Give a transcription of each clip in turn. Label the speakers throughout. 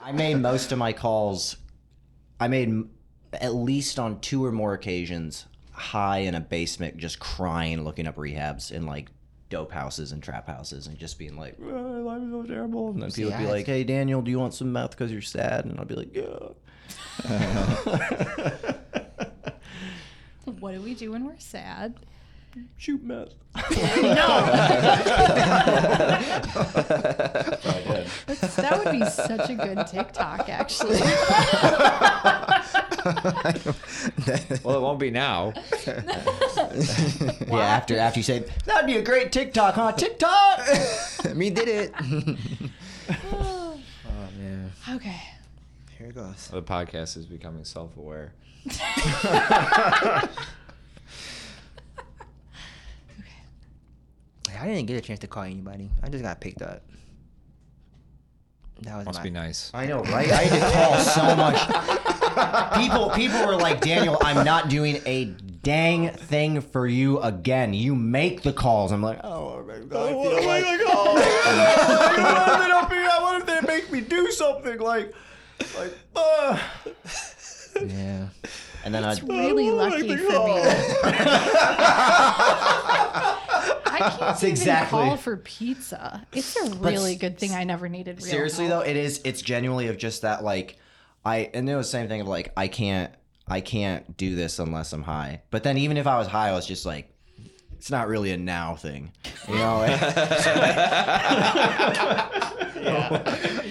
Speaker 1: I made most of my calls. I made m- at least on two or more occasions high in a basement, just crying, looking up rehabs in like dope houses and trap houses, and just being like, "Ah, "Life is so terrible." And then people would be
Speaker 2: I-
Speaker 1: like, "Hey, Daniel, do you want some meth because you're sad?" And I'd be like, "Yeah."
Speaker 3: What do we do when we're sad?
Speaker 1: Shoot meth.
Speaker 2: I did.
Speaker 3: That's, that would be such a good TikTok, actually.
Speaker 4: Well, it won't be now.
Speaker 1: Yeah, after after you say that'd be a great TikTok, huh? TikTok.
Speaker 2: Me did it. oh man,
Speaker 3: okay.
Speaker 2: here it goes.
Speaker 4: The podcast is becoming self-aware.
Speaker 2: Like, I didn't get a chance to call anybody. I just got picked up. That was
Speaker 4: Must
Speaker 2: my,
Speaker 4: be nice.
Speaker 1: I know, right? I had to call so much. People, people were like, Daniel, I'm not doing a dang thing for you again. You make the calls. I'm like, oh my god, I feel like, what if they don't figure out? What if they make me do something like, like, uh.
Speaker 2: Yeah.
Speaker 1: and then I.
Speaker 3: Really lucky for me. I can't even
Speaker 1: exactly-
Speaker 3: call for pizza. It's a really good thing I never needed real
Speaker 1: Seriously
Speaker 3: help.
Speaker 1: though, it is. It's genuinely of just that like, I and it was the same thing of like, I can't, I can't do this unless I'm high. But then even if I was high, I was just like, it's not really a now thing, you know. like-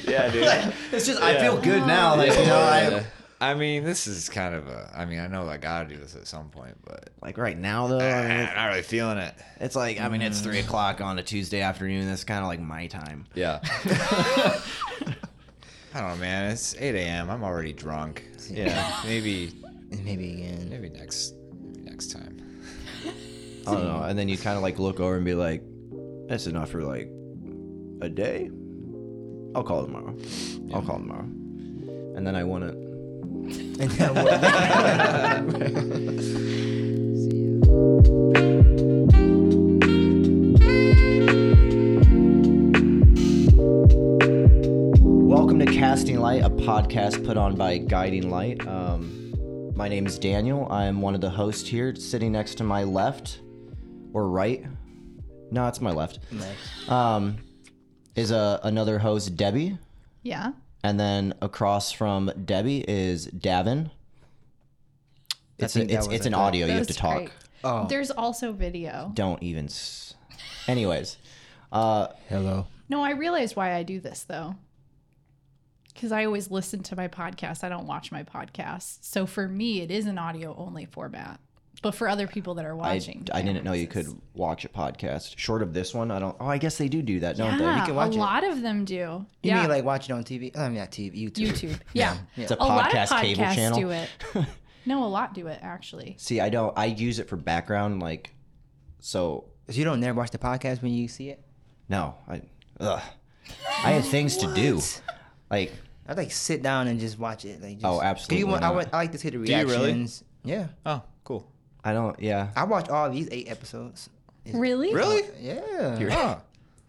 Speaker 4: Yeah, dude.
Speaker 1: It's just I feel good now. Like you know, I
Speaker 4: I mean, this is kind of a. I mean, I know I gotta do this at some point, but
Speaker 1: like right now though.
Speaker 4: Uh,
Speaker 1: I mean,
Speaker 4: I'm not really feeling it.
Speaker 1: it's like I mean, it's three o'clock on a Tuesday afternoon. That's kind of like my time.
Speaker 4: Yeah. I don't know, man. It's 8 a.m. I'm already drunk. Yeah, maybe,
Speaker 2: And maybe again.
Speaker 4: maybe next, maybe next time.
Speaker 1: I don't know. And then you kind of like look over and be like, "That's enough for like a day." I'll call tomorrow. I'll call tomorrow. And then I want to.
Speaker 2: And then what-
Speaker 1: Welcome to Casting Light, a podcast put on by Guiding Light. Um, my name is Daniel. I'm one of the hosts here, sitting next to my left or right. No, it's my left. Um, is a, another host, Debbie.
Speaker 3: Yeah.
Speaker 1: And then across from Debbie is Davin. It's, a,
Speaker 2: think that
Speaker 1: it's,
Speaker 2: was
Speaker 1: it's
Speaker 2: a
Speaker 1: an
Speaker 2: good-
Speaker 1: audio. You
Speaker 3: That
Speaker 1: have to
Speaker 3: was
Speaker 1: talk.
Speaker 3: great.
Speaker 2: Oh.
Speaker 3: There's also video.
Speaker 1: Don't even. S- Anyways, uh,
Speaker 2: Hello.
Speaker 3: No, I realize why I do this though. Because I always listen to my podcast. I don't watch my podcast. So for me, it is an audio only format. But for other people that are
Speaker 1: I,
Speaker 3: watching,
Speaker 1: I
Speaker 3: they
Speaker 1: didn't
Speaker 3: don't
Speaker 1: know you
Speaker 3: access.
Speaker 1: could watch a podcast. Short of this one, I don't. Oh, I guess they do do that, don't they?
Speaker 3: Yeah,
Speaker 2: can watch
Speaker 3: a
Speaker 2: it.
Speaker 3: lot of them do.
Speaker 2: You
Speaker 3: yeah.
Speaker 2: mean like watch it on TV? I mean, not TV. YouTube.
Speaker 3: YouTube. Yeah.
Speaker 1: It's a
Speaker 3: A lot of
Speaker 1: podcast cable
Speaker 3: podcasts
Speaker 1: channel.
Speaker 3: do it. No, a lot do it actually.
Speaker 1: See, I don't. I use it for background, like, so
Speaker 2: So you don't never watch the podcast when you see it?
Speaker 1: no. I, ugh. I have things to do. Like,
Speaker 2: I'd like sit down and just watch it. Like just,
Speaker 1: Oh,
Speaker 2: 'cause
Speaker 1: absolutely
Speaker 2: You want, I,
Speaker 1: not.
Speaker 2: want, I like to see the
Speaker 4: you really?
Speaker 2: reactions. Yeah.
Speaker 4: Oh, cool.
Speaker 1: I don't. Yeah.
Speaker 2: I watch all these eight episodes.
Speaker 3: Really?
Speaker 4: Really?
Speaker 2: Yeah.
Speaker 4: Oh,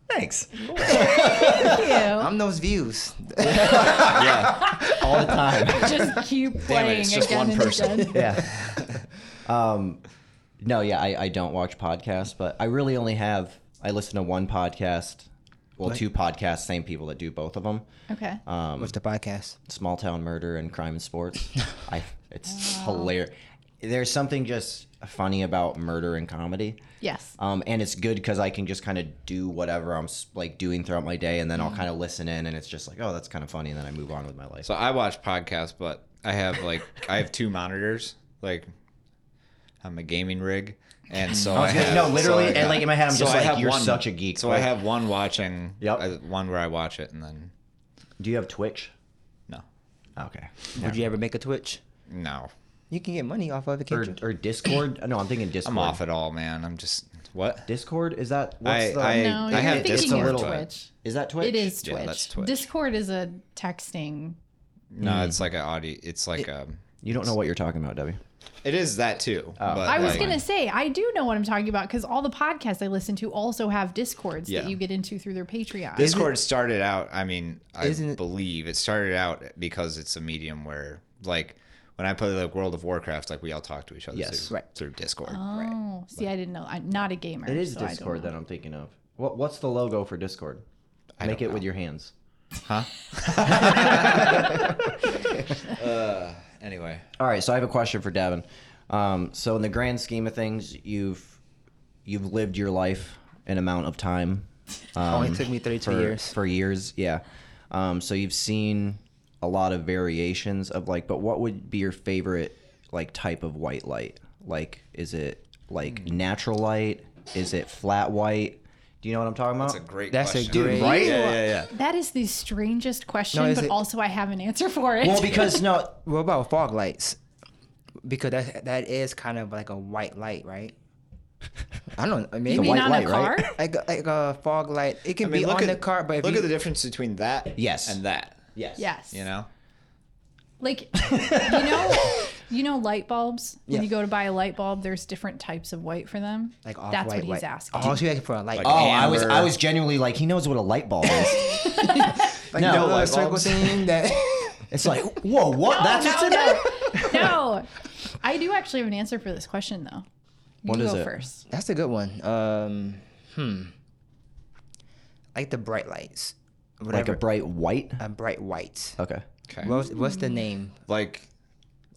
Speaker 1: Thanks.
Speaker 3: Thank
Speaker 2: I'm those views.
Speaker 4: yeah.
Speaker 1: All the time.
Speaker 3: you. Just keep
Speaker 4: Damn it,
Speaker 3: playing
Speaker 4: it's just
Speaker 3: again
Speaker 4: one
Speaker 3: and
Speaker 4: person.
Speaker 3: again.
Speaker 1: yeah. Um, no, yeah, I, I don't watch podcasts, but I really only have. I listen to one podcast, well, two podcasts, same people that do both of them.
Speaker 3: Okay.
Speaker 2: What's the podcast?
Speaker 1: Small Town Murder and Crime and Sports. I, it's hilarious. There's something just funny about murder and comedy.
Speaker 3: Yes.
Speaker 1: Um, and it's good because I can just kind of do whatever I'm s- like doing throughout my day, and then I'll kind of listen in, and it's just like, oh, that's kind of funny, and then I move on with my life.
Speaker 4: So I watch podcasts, but I have like I have two monitors. Like I'm a gaming rig, and so I,
Speaker 1: was gonna-
Speaker 4: have,
Speaker 1: Oh, no, literally,
Speaker 4: so I
Speaker 1: and, like, in my head, I'm
Speaker 4: so
Speaker 1: just
Speaker 4: I
Speaker 1: like,
Speaker 4: have
Speaker 1: you're
Speaker 4: one-
Speaker 1: such a geek,
Speaker 4: So I
Speaker 1: like-
Speaker 4: have one watching,
Speaker 1: Yep.
Speaker 4: uh, one where I watch it, and then
Speaker 1: do you have Twitch?
Speaker 4: no,
Speaker 1: Okay.
Speaker 2: Would you ever make a Twitch?
Speaker 4: no,
Speaker 2: You can get money off of it,
Speaker 1: Or,
Speaker 2: can't you?
Speaker 1: or Discord? Uh, No, I'm thinking Discord.
Speaker 4: I'm off at all, man. I'm just what?
Speaker 1: Discord is that? What's
Speaker 4: I,
Speaker 1: the,
Speaker 4: I,
Speaker 3: No,
Speaker 4: I
Speaker 3: you're
Speaker 4: have
Speaker 3: thinking
Speaker 4: Discord.
Speaker 3: of
Speaker 4: but-
Speaker 3: Twitch.
Speaker 1: is that Twitch?
Speaker 3: It is Twitch.
Speaker 4: Yeah, that's Twitch.
Speaker 3: Discord is a texting.
Speaker 1: Hmm.
Speaker 4: No, it's like an audio. It's like um
Speaker 1: You don't know what you're talking about, Debbie.
Speaker 4: It is that too.
Speaker 1: Oh.
Speaker 4: but
Speaker 3: I was
Speaker 4: like-
Speaker 3: gonna say I do know what I'm talking about because all the podcasts I listen to also have discords
Speaker 4: Yeah.
Speaker 3: that you get into through their Patreon.
Speaker 4: Discord started out. I mean, I
Speaker 2: Isn't it-
Speaker 4: believe it started out because it's a medium where, like, when I play like World of Warcraft, like we all talk to each other
Speaker 2: Yes.
Speaker 4: through,
Speaker 2: Right.
Speaker 4: through Discord.
Speaker 3: oh, see, I didn't know. I'm not a gamer.
Speaker 1: It is
Speaker 3: so I don't
Speaker 1: Discord
Speaker 3: know.
Speaker 1: that I'm thinking of. What what's the logo for Discord?
Speaker 4: I
Speaker 1: Make it
Speaker 4: don't
Speaker 1: with
Speaker 4: know.
Speaker 1: your hands.
Speaker 4: Anyway,
Speaker 1: All right, so I have a question for Devin. Um, so in the grand scheme of things, you've you've lived your life an amount of time. Um,
Speaker 2: Only took me 32
Speaker 1: for,
Speaker 2: years.
Speaker 1: For years, yeah. Um, so you've seen a lot of variations of like, but what would be your favorite like type of white light? Like, is it like natural light? Is it flat white? Do you know what I'm talking about?
Speaker 4: that's a great.
Speaker 2: That's a
Speaker 4: question.
Speaker 2: great- Right?
Speaker 4: Yeah, yeah, yeah.
Speaker 3: That is the strangest question,
Speaker 2: No, is
Speaker 3: but
Speaker 2: it-
Speaker 3: also I have an answer for it.
Speaker 1: well, because no,
Speaker 2: What about fog lights? Because that that is kind of like a white light, right? I don't know. Maybe
Speaker 3: you mean
Speaker 1: white
Speaker 3: on
Speaker 1: light,
Speaker 3: a car?
Speaker 1: right?
Speaker 2: like a- like a fog light. It
Speaker 4: I
Speaker 2: can
Speaker 4: mean,
Speaker 2: be
Speaker 4: look
Speaker 2: on
Speaker 4: at
Speaker 2: the car, but if
Speaker 4: look
Speaker 2: you,
Speaker 4: at the difference between that,
Speaker 1: Yes.
Speaker 4: and that.
Speaker 1: yes,
Speaker 3: Yes.
Speaker 4: You know,
Speaker 3: Like you know you know light bulbs? When
Speaker 2: Yeah.
Speaker 3: you go to buy a light bulb, there's different types of white for them.
Speaker 2: like off
Speaker 3: That's
Speaker 2: white
Speaker 3: what he's
Speaker 2: light.
Speaker 3: asking.
Speaker 2: Oh, she asking for a light.
Speaker 4: Like
Speaker 1: Oh,
Speaker 2: bulb.
Speaker 1: I was I
Speaker 4: Amber.
Speaker 1: was genuinely like, he knows what a light bulb is.
Speaker 2: like
Speaker 1: no,
Speaker 2: the little
Speaker 1: light
Speaker 2: circle
Speaker 4: bulbs.
Speaker 2: thing that.
Speaker 1: it's like, whoa, what? That's what's
Speaker 3: no,
Speaker 1: in there?
Speaker 3: no, no. I do actually have an answer for this question though. You
Speaker 1: What
Speaker 3: can
Speaker 1: is
Speaker 3: go
Speaker 1: it?
Speaker 3: first.
Speaker 2: That's a good one. Um, hmm. Like the bright lights,
Speaker 1: Like
Speaker 2: whatever.
Speaker 1: a bright white.
Speaker 2: a bright white.
Speaker 1: Okay.
Speaker 4: okay.
Speaker 2: What's, what's
Speaker 3: Hmm.
Speaker 2: the name?
Speaker 4: like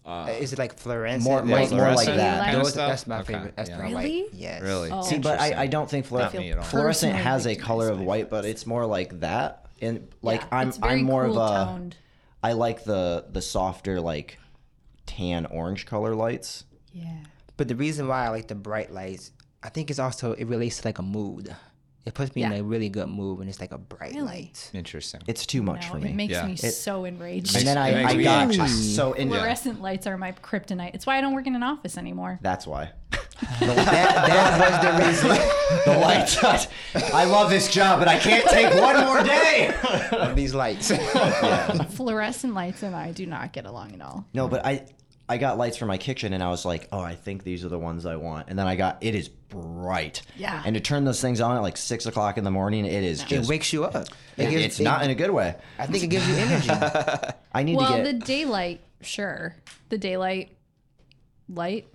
Speaker 4: uh,
Speaker 2: Is it like fluorescent?
Speaker 1: More- more-
Speaker 2: white?
Speaker 1: more like
Speaker 4: fluorescent
Speaker 1: that.
Speaker 4: kinda
Speaker 3: Those-
Speaker 2: Those-
Speaker 4: stuff?
Speaker 2: that's my
Speaker 4: Okay,
Speaker 2: favorite. That's
Speaker 4: yeah.
Speaker 2: my
Speaker 3: Really?
Speaker 2: white. Yes.
Speaker 4: Really?
Speaker 3: Oh.
Speaker 1: See, but I, I don't think
Speaker 4: Not me at
Speaker 1: fluorescent,
Speaker 4: all.
Speaker 1: fluorescent
Speaker 3: Personally,
Speaker 1: has a
Speaker 3: it's
Speaker 1: color of
Speaker 3: nice.
Speaker 1: white, but it's more like that. And like
Speaker 3: Yeah,
Speaker 1: I'm
Speaker 3: it's very
Speaker 1: I'm more
Speaker 3: cool
Speaker 1: of a I
Speaker 3: toned.
Speaker 1: like the the softer like tan orange color lights.
Speaker 3: Yeah.
Speaker 2: But the reason why I like the bright lights, I think it's also it relates to like a mood. It puts me
Speaker 3: Yeah.
Speaker 2: in a really good mood when it's like a bright
Speaker 3: Really?
Speaker 2: light.
Speaker 4: interesting.
Speaker 1: It's too much
Speaker 3: No,
Speaker 1: for
Speaker 3: it
Speaker 1: me.
Speaker 3: makes
Speaker 4: Yeah.
Speaker 3: me
Speaker 1: It-
Speaker 3: so enraged.
Speaker 1: and then
Speaker 4: It
Speaker 1: I,
Speaker 4: makes
Speaker 1: I
Speaker 4: me
Speaker 1: got
Speaker 4: anxious.
Speaker 1: so in
Speaker 3: Fluorescent lights are my kryptonite. It's why I don't work in an office anymore.
Speaker 1: that's why.
Speaker 2: that, that was the reason
Speaker 1: The light touch. I love this job, but I can't take one more day.
Speaker 2: of these lights.
Speaker 3: Fluorescent lights and I do not get along at all.
Speaker 1: No, but I I got lights for my kitchen and I was like, oh, I think these are the ones I want. And then I got it is bright.
Speaker 3: Yeah.
Speaker 1: And to turn those things on at like six o'clock in the morning, it is
Speaker 2: it
Speaker 1: just
Speaker 2: wakes you up. It
Speaker 1: it-
Speaker 2: gives-
Speaker 1: it's
Speaker 2: it-
Speaker 1: not in a good way.
Speaker 2: I think it gives you energy.
Speaker 1: I need
Speaker 3: Well,
Speaker 1: to
Speaker 3: the
Speaker 1: get
Speaker 3: daylight, sure. The daylight light.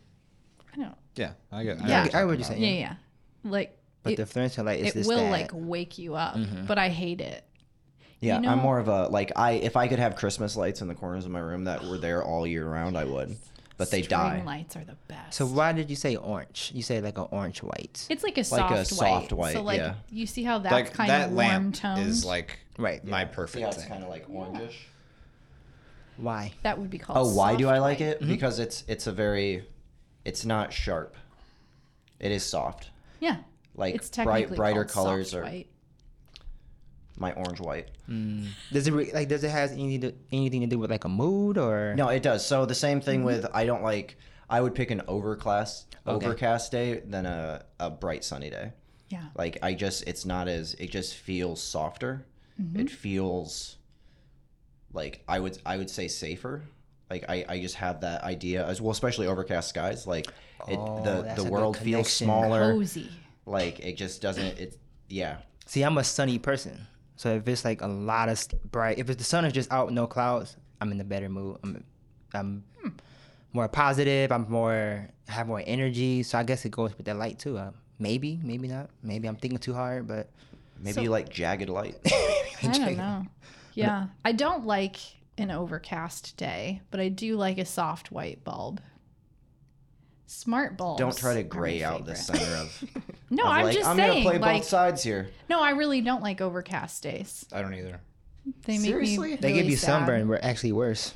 Speaker 3: I don't.
Speaker 4: yeah, I get.
Speaker 3: Yeah.
Speaker 4: I get
Speaker 2: I would just
Speaker 3: Yeah,
Speaker 2: say.
Speaker 3: yeah. Like
Speaker 2: But
Speaker 3: it,
Speaker 2: the fluorescent light is
Speaker 3: it
Speaker 2: this
Speaker 3: will
Speaker 2: that.
Speaker 3: like wake you up,
Speaker 1: Mm-hmm.
Speaker 3: but I hate it.
Speaker 1: yeah.
Speaker 3: you know-
Speaker 1: I'm more of a like I if I could have Christmas lights in the corners of my room that were there all year round, I would. But they
Speaker 3: String
Speaker 1: die.
Speaker 3: lights are the best.
Speaker 2: So why did you say orange? You say like an orange white.
Speaker 3: it's like a
Speaker 1: Like
Speaker 3: soft
Speaker 1: a
Speaker 3: white.
Speaker 1: soft white,
Speaker 3: So like
Speaker 1: yeah.
Speaker 3: you see how that's
Speaker 4: like
Speaker 3: kind
Speaker 4: that
Speaker 3: of warm
Speaker 4: lamp
Speaker 3: tone.
Speaker 4: is like
Speaker 2: Right.
Speaker 4: my
Speaker 1: See
Speaker 4: perfect
Speaker 1: how it's
Speaker 4: thing.
Speaker 1: kind of like orangish.
Speaker 2: Why?
Speaker 3: that would be called.
Speaker 1: Oh, why do
Speaker 3: soft Mm-hmm.
Speaker 1: I like
Speaker 3: white.
Speaker 1: it? Because it's it's a very it's not sharp. It is soft.
Speaker 3: Yeah.
Speaker 1: Like
Speaker 3: It's
Speaker 1: bright
Speaker 3: technically
Speaker 1: brighter
Speaker 3: called
Speaker 1: colors
Speaker 3: soft
Speaker 1: are
Speaker 3: white.
Speaker 1: my orange white.
Speaker 2: Hmm. Does it re- like does it has anything to, anything to do with like a mood or
Speaker 1: No, it does. So the same thing
Speaker 3: Mm-hmm.
Speaker 1: with I don't like. I would pick an overclass
Speaker 2: Okay.
Speaker 1: overcast day than a a bright sunny day.
Speaker 3: Yeah.
Speaker 1: Like I just it's not as it just feels softer.
Speaker 3: Mm-hmm.
Speaker 1: It feels like I would I would say safer. Like I, I just have that idea as well, especially overcast skies. Like it,
Speaker 2: Oh,
Speaker 1: the
Speaker 2: that's a
Speaker 1: the
Speaker 2: good
Speaker 1: world feels
Speaker 2: connection.
Speaker 1: smaller.
Speaker 3: Cozy.
Speaker 1: Like it just doesn't. It yeah.
Speaker 2: See, I'm a sunny person. So if it's like a lot of s- bright, if it's the sun is just out, no clouds, I'm in a better mood. I'm, I'm
Speaker 3: Hmm.
Speaker 2: more positive. I'm more have more energy. So I guess it goes with that light too. Uh, maybe, maybe not. Maybe I'm thinking too hard, but
Speaker 1: Maybe
Speaker 3: So-
Speaker 1: you like jagged light.
Speaker 3: I don't know. Yeah. I don't like an overcast day, but I do like a soft white bulb. Smart bulbs.
Speaker 1: Don't try
Speaker 3: are my
Speaker 1: to gray out the
Speaker 3: favorite.
Speaker 1: center of.
Speaker 3: No,
Speaker 1: of
Speaker 3: I'm
Speaker 1: like,
Speaker 3: just
Speaker 1: I'm
Speaker 3: saying.
Speaker 1: gonna play
Speaker 3: like,
Speaker 1: both sides here.
Speaker 3: no, I really don't like overcast days.
Speaker 4: I don't either.
Speaker 3: They make
Speaker 1: Seriously?
Speaker 3: me.
Speaker 2: they give
Speaker 3: really
Speaker 2: you
Speaker 3: sad.
Speaker 2: sunburn. We're actually worse.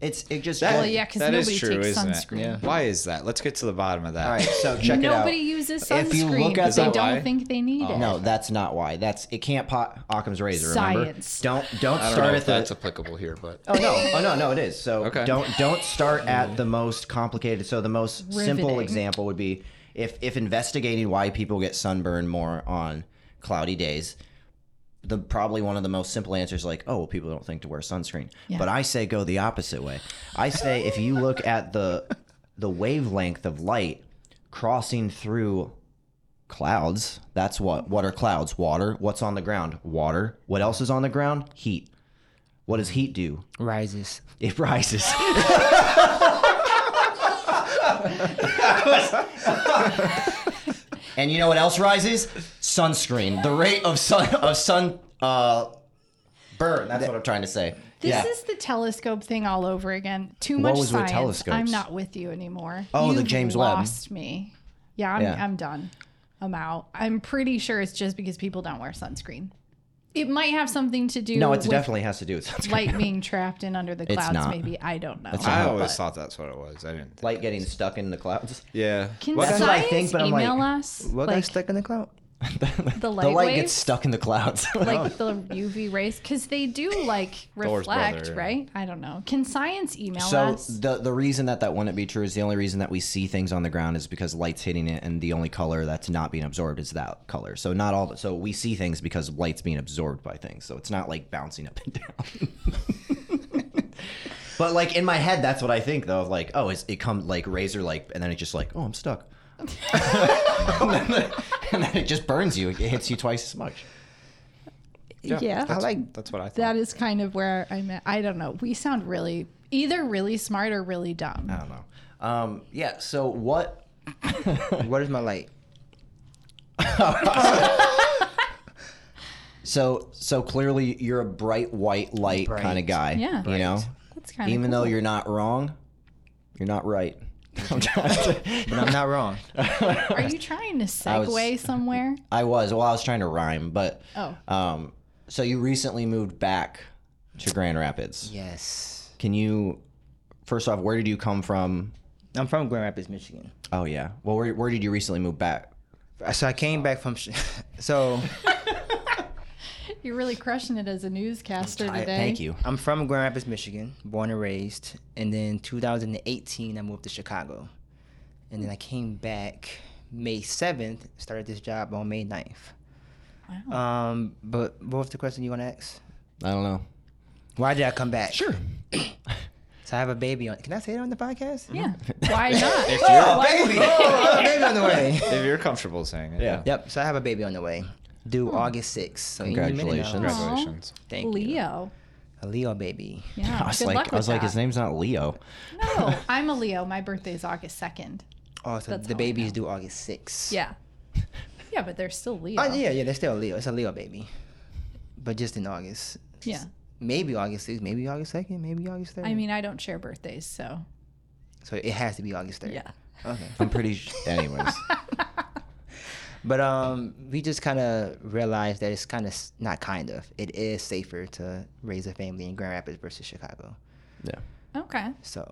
Speaker 1: It's it just
Speaker 4: That,
Speaker 3: Well, yeah, 'cause
Speaker 4: that is
Speaker 3: nobody
Speaker 4: true,
Speaker 3: takes
Speaker 4: isn't
Speaker 3: sunscreen.
Speaker 4: it?
Speaker 2: Yeah.
Speaker 4: Why is that? Let's get to the bottom of that.
Speaker 1: All right, so check it out.
Speaker 3: Nobody uses sunscreen.
Speaker 1: If you look at
Speaker 3: but they
Speaker 1: the-
Speaker 3: don't
Speaker 4: Why?
Speaker 3: think they need it.
Speaker 1: Oh, No, that's not why. That's it can't pot Occam's razor. Remember,
Speaker 3: Science.
Speaker 1: don't don't
Speaker 4: I don't
Speaker 1: start
Speaker 4: know
Speaker 1: at
Speaker 4: if
Speaker 1: the.
Speaker 4: that's applicable here, but
Speaker 1: oh no! Oh no! No, it is. So
Speaker 4: Okay.
Speaker 1: don't don't start at the most complicated. So the most simple
Speaker 3: Riveting.
Speaker 1: example would be if if investigating why people get sunburned more on cloudy days. The probably one of the most simple answers, like, oh, well, people don't think to wear sunscreen.
Speaker 3: Yeah.
Speaker 1: But I say go the opposite way. I say if you look at the the wavelength of light crossing through clouds. That's what what are clouds? Water. What's on the ground? Water. What else is on the ground? Heat. What does heat do?
Speaker 2: rises.
Speaker 1: It rises. and you know what else rises? Sunscreen. The rate of sun of sun uh, burn. That's what I'm trying to say.
Speaker 3: This
Speaker 1: yeah.
Speaker 3: is the telescope thing all over again. Too
Speaker 1: What
Speaker 3: much
Speaker 1: was with
Speaker 3: science.
Speaker 1: telescopes?
Speaker 3: I'm not with you anymore.
Speaker 1: Oh, the
Speaker 3: You've
Speaker 1: James Webb.
Speaker 3: lost me. Yeah I'm,
Speaker 1: Yeah.
Speaker 3: I'm done. I'm out. I'm pretty sure it's just because people don't wear sunscreen. It might have something to do
Speaker 1: no, it
Speaker 3: with
Speaker 1: definitely has to do with sunscreen.
Speaker 3: light being trapped in under the clouds.
Speaker 1: not.
Speaker 3: Maybe I don't know.
Speaker 1: It's
Speaker 4: I
Speaker 1: not.
Speaker 4: always thought that's what it was. I didn't. Think.
Speaker 1: Light getting stuck in the clouds.
Speaker 4: yeah.
Speaker 3: Can
Speaker 4: What?
Speaker 1: That's what I
Speaker 3: science
Speaker 1: think, but I'm like,
Speaker 3: email us
Speaker 2: What got
Speaker 3: like
Speaker 2: stuck in the cloud?
Speaker 3: the light,
Speaker 1: the light
Speaker 3: waves?
Speaker 1: gets Oh. stuck in the clouds.
Speaker 3: like the UV rays because they do like
Speaker 4: Thor's
Speaker 3: reflect,
Speaker 4: brother.
Speaker 3: right? I don't know. Can science email
Speaker 1: so
Speaker 3: us?
Speaker 1: the the reason that that wouldn't be true is the only reason that we see things on the ground is because light's hitting it, and the only color that's not being absorbed is that color. So not all. So we see things because light's being absorbed by things. So it's not like bouncing up and down. but like in my head, that's what I think though. Of like, oh, it's, it comes like razor like, and then it's just like, oh, I'm stuck. and, then, and then it just burns you. It hits you twice as much.
Speaker 3: yeah,
Speaker 4: That's,
Speaker 2: like-
Speaker 4: that's what I thought.
Speaker 3: that is kind of where I'm at. I don't know. We sound really either really smart or really dumb.
Speaker 2: Oh.
Speaker 1: I don't know. Um, yeah. So what?
Speaker 2: What is my light?
Speaker 1: So so clearly you're a bright white light
Speaker 2: Bright.
Speaker 1: kind of guy.
Speaker 3: Yeah.
Speaker 1: You
Speaker 3: Bright.
Speaker 1: know,
Speaker 3: That's kind
Speaker 1: even
Speaker 3: of
Speaker 1: though
Speaker 3: cool.
Speaker 1: you're not wrong, you're not right. I'm trying to-
Speaker 2: But I'm not wrong.
Speaker 3: Are you trying to
Speaker 1: was-
Speaker 3: segue somewhere?
Speaker 1: I was well, I was trying to rhyme, but
Speaker 3: Oh,
Speaker 1: um, so you recently moved back to Grand Rapids.
Speaker 2: yes.
Speaker 1: Can you first off, where did you come from?
Speaker 2: I'm from Grand Rapids, Michigan.
Speaker 1: Oh yeah. Well, where where did you recently move back?
Speaker 2: So I came back from. Sh- so
Speaker 3: you're really crushing it as a newscaster
Speaker 1: I-
Speaker 3: today.
Speaker 1: thank you.
Speaker 2: I'm from Grand Rapids, Michigan, born and raised. And then 2018, I moved to Chicago. And then I came back May 7th, started this job on May 9th.
Speaker 3: Wow.
Speaker 2: Um, but what was the question you want to ask?
Speaker 1: I don't know.
Speaker 2: Why did I come back? So I have a baby on. Can I say that on the podcast?
Speaker 3: Yeah. Why not?
Speaker 4: If you're,
Speaker 3: Why-
Speaker 2: Baby! Oh, a baby on the way.
Speaker 4: if you're comfortable saying it.
Speaker 1: Yeah.
Speaker 2: Yep. So I have a baby on the way, due
Speaker 3: Hmm.
Speaker 2: August 6th. So any minute now.
Speaker 1: Congratulations.
Speaker 4: Congratulations.
Speaker 2: Thank you.
Speaker 3: Leo.
Speaker 2: A Leo baby.
Speaker 3: Yeah.
Speaker 1: I was
Speaker 3: Good luck
Speaker 1: like, I was
Speaker 3: with
Speaker 1: like, his
Speaker 3: that.
Speaker 1: name's not Leo.
Speaker 3: No, I'm a Leo. My birthday is August 2nd.
Speaker 2: Oh, so
Speaker 3: That's
Speaker 2: the
Speaker 3: how I
Speaker 2: baby
Speaker 3: know.
Speaker 2: is due August 6th.
Speaker 3: Yeah. Yeah, but they're still Leo.
Speaker 2: Oh, yeah, yeah, they're still a Leo. It's a Leo baby. But just in August.
Speaker 3: Yeah.
Speaker 2: Maybe August 6th, maybe August 2nd, maybe August 3rd.
Speaker 3: I mean, I don't share birthdays, so
Speaker 2: so it has to be August 3rd.
Speaker 3: yeah.
Speaker 2: Okay.
Speaker 1: I'm pretty. Sh- anyways.
Speaker 2: But um, we just kind of realized that it's kind of not kind of it is safer to raise a family in Grand Rapids versus Chicago.
Speaker 1: Yeah.
Speaker 3: Okay.
Speaker 2: So,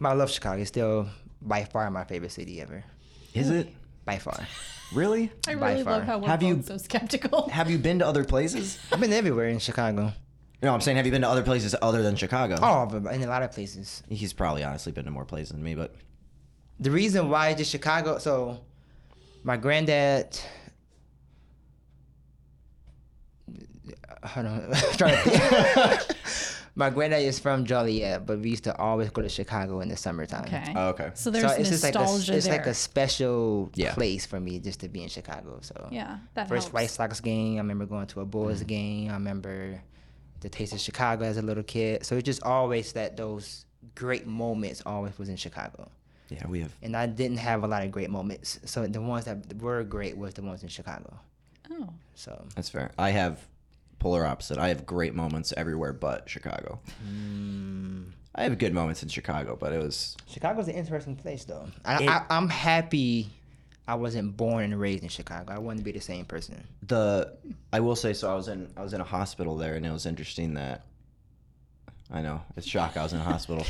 Speaker 2: but I love Chicago. It's still by far my favorite city ever.
Speaker 1: Is it
Speaker 2: By far,
Speaker 1: really?
Speaker 3: I
Speaker 2: By
Speaker 3: really love
Speaker 2: far.
Speaker 3: how we're
Speaker 1: Have
Speaker 3: both
Speaker 1: you-
Speaker 3: so skeptical.
Speaker 1: Have you been to other places?
Speaker 2: I've been everywhere in Chicago.
Speaker 1: No, I'm saying, have you been to other places other than Chicago?
Speaker 2: Oh, but in a lot of places.
Speaker 1: He's probably honestly been to more places than me, but
Speaker 2: The reason why just Chicago. So, my granddad. Hold on, I'm trying to think. my granddad is from Joliet, but we used to always go to Chicago in the summertime.
Speaker 3: Okay.
Speaker 1: oh, okay.
Speaker 3: So there's nostalgia
Speaker 2: like a, it's
Speaker 3: there.
Speaker 2: like a special
Speaker 1: Yeah.
Speaker 2: place for me just to be in Chicago. So
Speaker 3: yeah, that
Speaker 2: first
Speaker 3: helps.
Speaker 2: White Sox game, I remember going to a Bulls game. I remember the taste of Chicago as a little kid. So it's just always that those great moments always was in Chicago,
Speaker 1: Yeah, we have.
Speaker 2: and I didn't have a lot of great moments. So the ones that were great was the ones in Chicago.
Speaker 3: Oh,
Speaker 2: So
Speaker 1: That's fair. I have polar opposite. I have great moments everywhere but Chicago. I have good moments in Chicago, but it was
Speaker 2: Chicago's an interesting place, though. I, I, I'm happy I wasn't born and raised in Chicago. I wouldn't be the same person.
Speaker 1: the. I will say, so I was in I was in a hospital there, and it was interesting that. I know it's shock. I was in a hospital.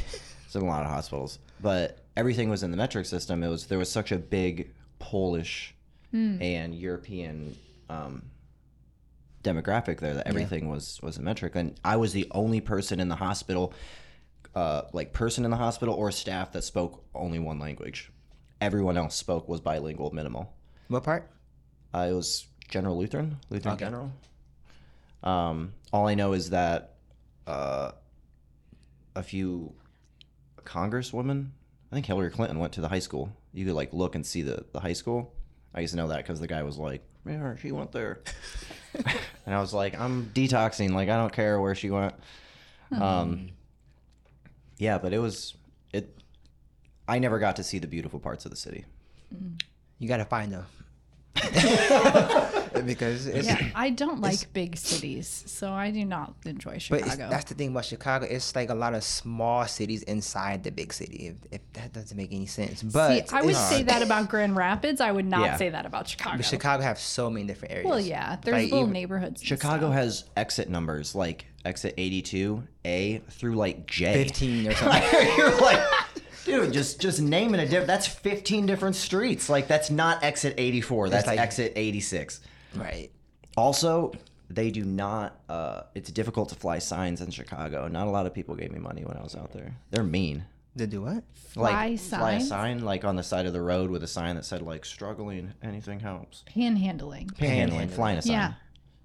Speaker 1: it's in a lot of hospitals, but everything was in the metric system. It was there was such a big Polish and European um, demographic there that everything was was a metric and i was the only person in the hospital uh, like person in the hospital or staff that spoke only one language everyone else spoke was bilingual minimal
Speaker 2: What part?
Speaker 1: uh, it was general lutheran lutheran general um, all i know is that uh, a few congresswomen I think Hillary Clinton went to the high school. You could like look and see the, the high school. I used to know that because the guy was like, "Yeah, she went there," and I was like, "I'm detoxing. Like, I don't care where she went." Um, yeah, but it was it. I never got to see the beautiful parts of the city.
Speaker 2: You gotta find them. because it's,
Speaker 3: Yeah, I don't like big cities, so I do not enjoy
Speaker 2: but it's,
Speaker 3: Chicago.
Speaker 2: that's the thing about Chicago. It's like a lot of small cities inside the big city. If, if that doesn't make any sense, but
Speaker 3: See, I would
Speaker 2: it's-
Speaker 3: say that about Grand Rapids. I would not
Speaker 1: Yeah.
Speaker 3: say that about Chicago.
Speaker 2: But Chicago have so many different areas.
Speaker 3: Well, yeah, there's
Speaker 2: Like,
Speaker 3: little
Speaker 2: even-
Speaker 3: neighborhoods. and
Speaker 1: Chicago
Speaker 3: stuff.
Speaker 1: has exit numbers like exit 82 A through like J.
Speaker 2: fifteen or something.
Speaker 1: You're like, dude, just just name it a different. That's 15 different streets. Like that's not exit 84. That's
Speaker 2: like-
Speaker 1: exit 86.
Speaker 2: right.
Speaker 1: Also, they do not. Uh, it's difficult to fly signs in Chicago. Not a lot of people gave me money when I was out there. They're mean.
Speaker 2: They do what?
Speaker 3: Fly
Speaker 1: Like fly a
Speaker 3: signs?
Speaker 1: sign like on the side of the road with a sign that said like struggling. Anything helps.
Speaker 3: panhandling.
Speaker 1: Panhandling, flying a sign.
Speaker 3: Yeah.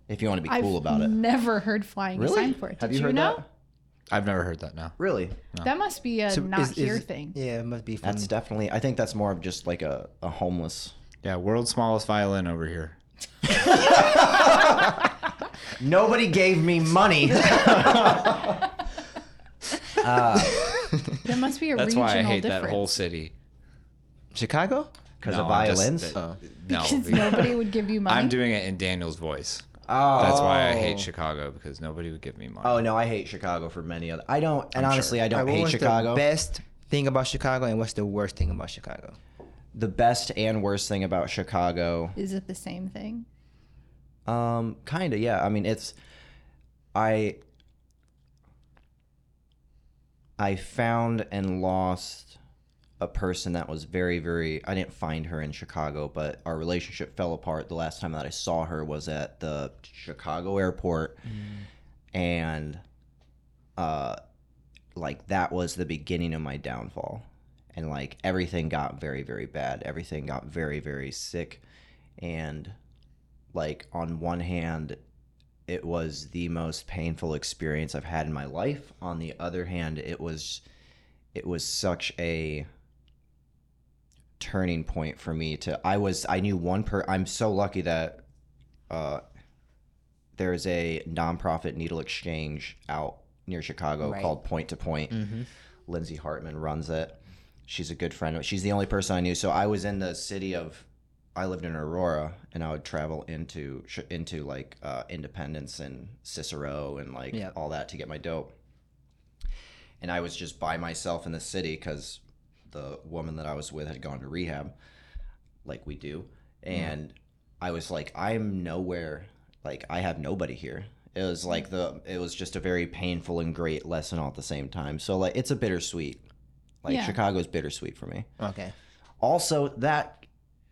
Speaker 1: If you want to be
Speaker 3: I've
Speaker 1: cool about it.
Speaker 3: never heard flying a sign for it. Did you, know?
Speaker 1: that?
Speaker 4: I've never heard that. Now
Speaker 1: Really?
Speaker 3: That? must be a not here thing.
Speaker 2: Yeah, it must be from.
Speaker 4: Mm.
Speaker 1: That's definitely. I think that's more of just like a, a homeless.
Speaker 4: Yeah, world's smallest violin over here.
Speaker 1: Nobody gave me money. Uh,
Speaker 3: That must be a
Speaker 4: That's
Speaker 3: regional
Speaker 4: why I hate
Speaker 3: difference.
Speaker 4: that whole city.
Speaker 2: Chicago?
Speaker 1: Because
Speaker 4: No,
Speaker 1: of
Speaker 4: I'm just-
Speaker 1: violins?
Speaker 4: uh, no,
Speaker 3: Because
Speaker 4: because
Speaker 3: nobody would give you money.
Speaker 4: I'm doing it in Daniel's voice.
Speaker 1: oh.
Speaker 4: That's why I hate
Speaker 2: Oh.
Speaker 4: Chicago because nobody would give me money.
Speaker 1: Oh, no, I hate Chicago for many other. I don't, and honestly, I
Speaker 2: Alright,
Speaker 1: don't
Speaker 2: what
Speaker 1: hate
Speaker 2: was
Speaker 1: Chicago.
Speaker 2: The best thing about Chicago and what's the worst thing about Chicago?
Speaker 1: the best and worst thing about Chicago
Speaker 3: Is it the same thing?
Speaker 1: Um, kind of, yeah. I mean, it's I I found and lost a person that was very, very. I didn't find her in Chicago, but our relationship fell apart. The last time that I saw her was at the Chicago airport, and uh, like that was the beginning of my downfall. And like everything got very, very bad. Everything got very, very sick, and like on one hand it was the most painful experience i've had in my life on the other hand it was it was such a turning point for me to i was i knew one per i'm so lucky that uh there's a nonprofit needle exchange out near chicago
Speaker 2: Right.
Speaker 1: called point to point
Speaker 2: Mm.
Speaker 1: lindsay hartman runs it she's a good friend she's the only person i knew so i was in the city of I lived in Aurora, and I would travel into sh- into like uh, Independence and Cicero and like
Speaker 2: Yep.
Speaker 1: all that to get my dope. And I was just by myself in the city because the woman that I was with had gone to rehab, like we do. And I was like, I'm nowhere. Like I have nobody here. It was like the it was just a very painful and great lesson all at the same time. So like it's a bittersweet. Like
Speaker 3: Yeah.
Speaker 1: Chicago's bittersweet for me
Speaker 2: Okay.
Speaker 1: also that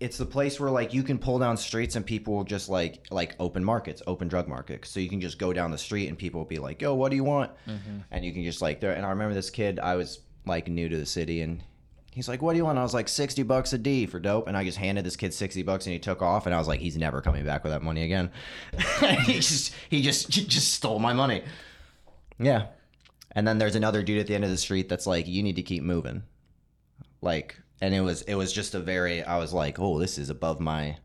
Speaker 1: it's the place where like you can pull down streets and people will just like like open markets open drug market so you can just go down the street and people will be like yo what do you want and you can just like there and i remember this kid i was like new to the city and he's like what do you want i was like 60 bucks a d for dope and i just handed this kid 60 bucks and he took off and i was like he's never coming back with that money again he just he just just stole my money yeah and then there's another dude at the end of the street that's like you need to keep moving like and it was it was just a very i was like oh this is above my i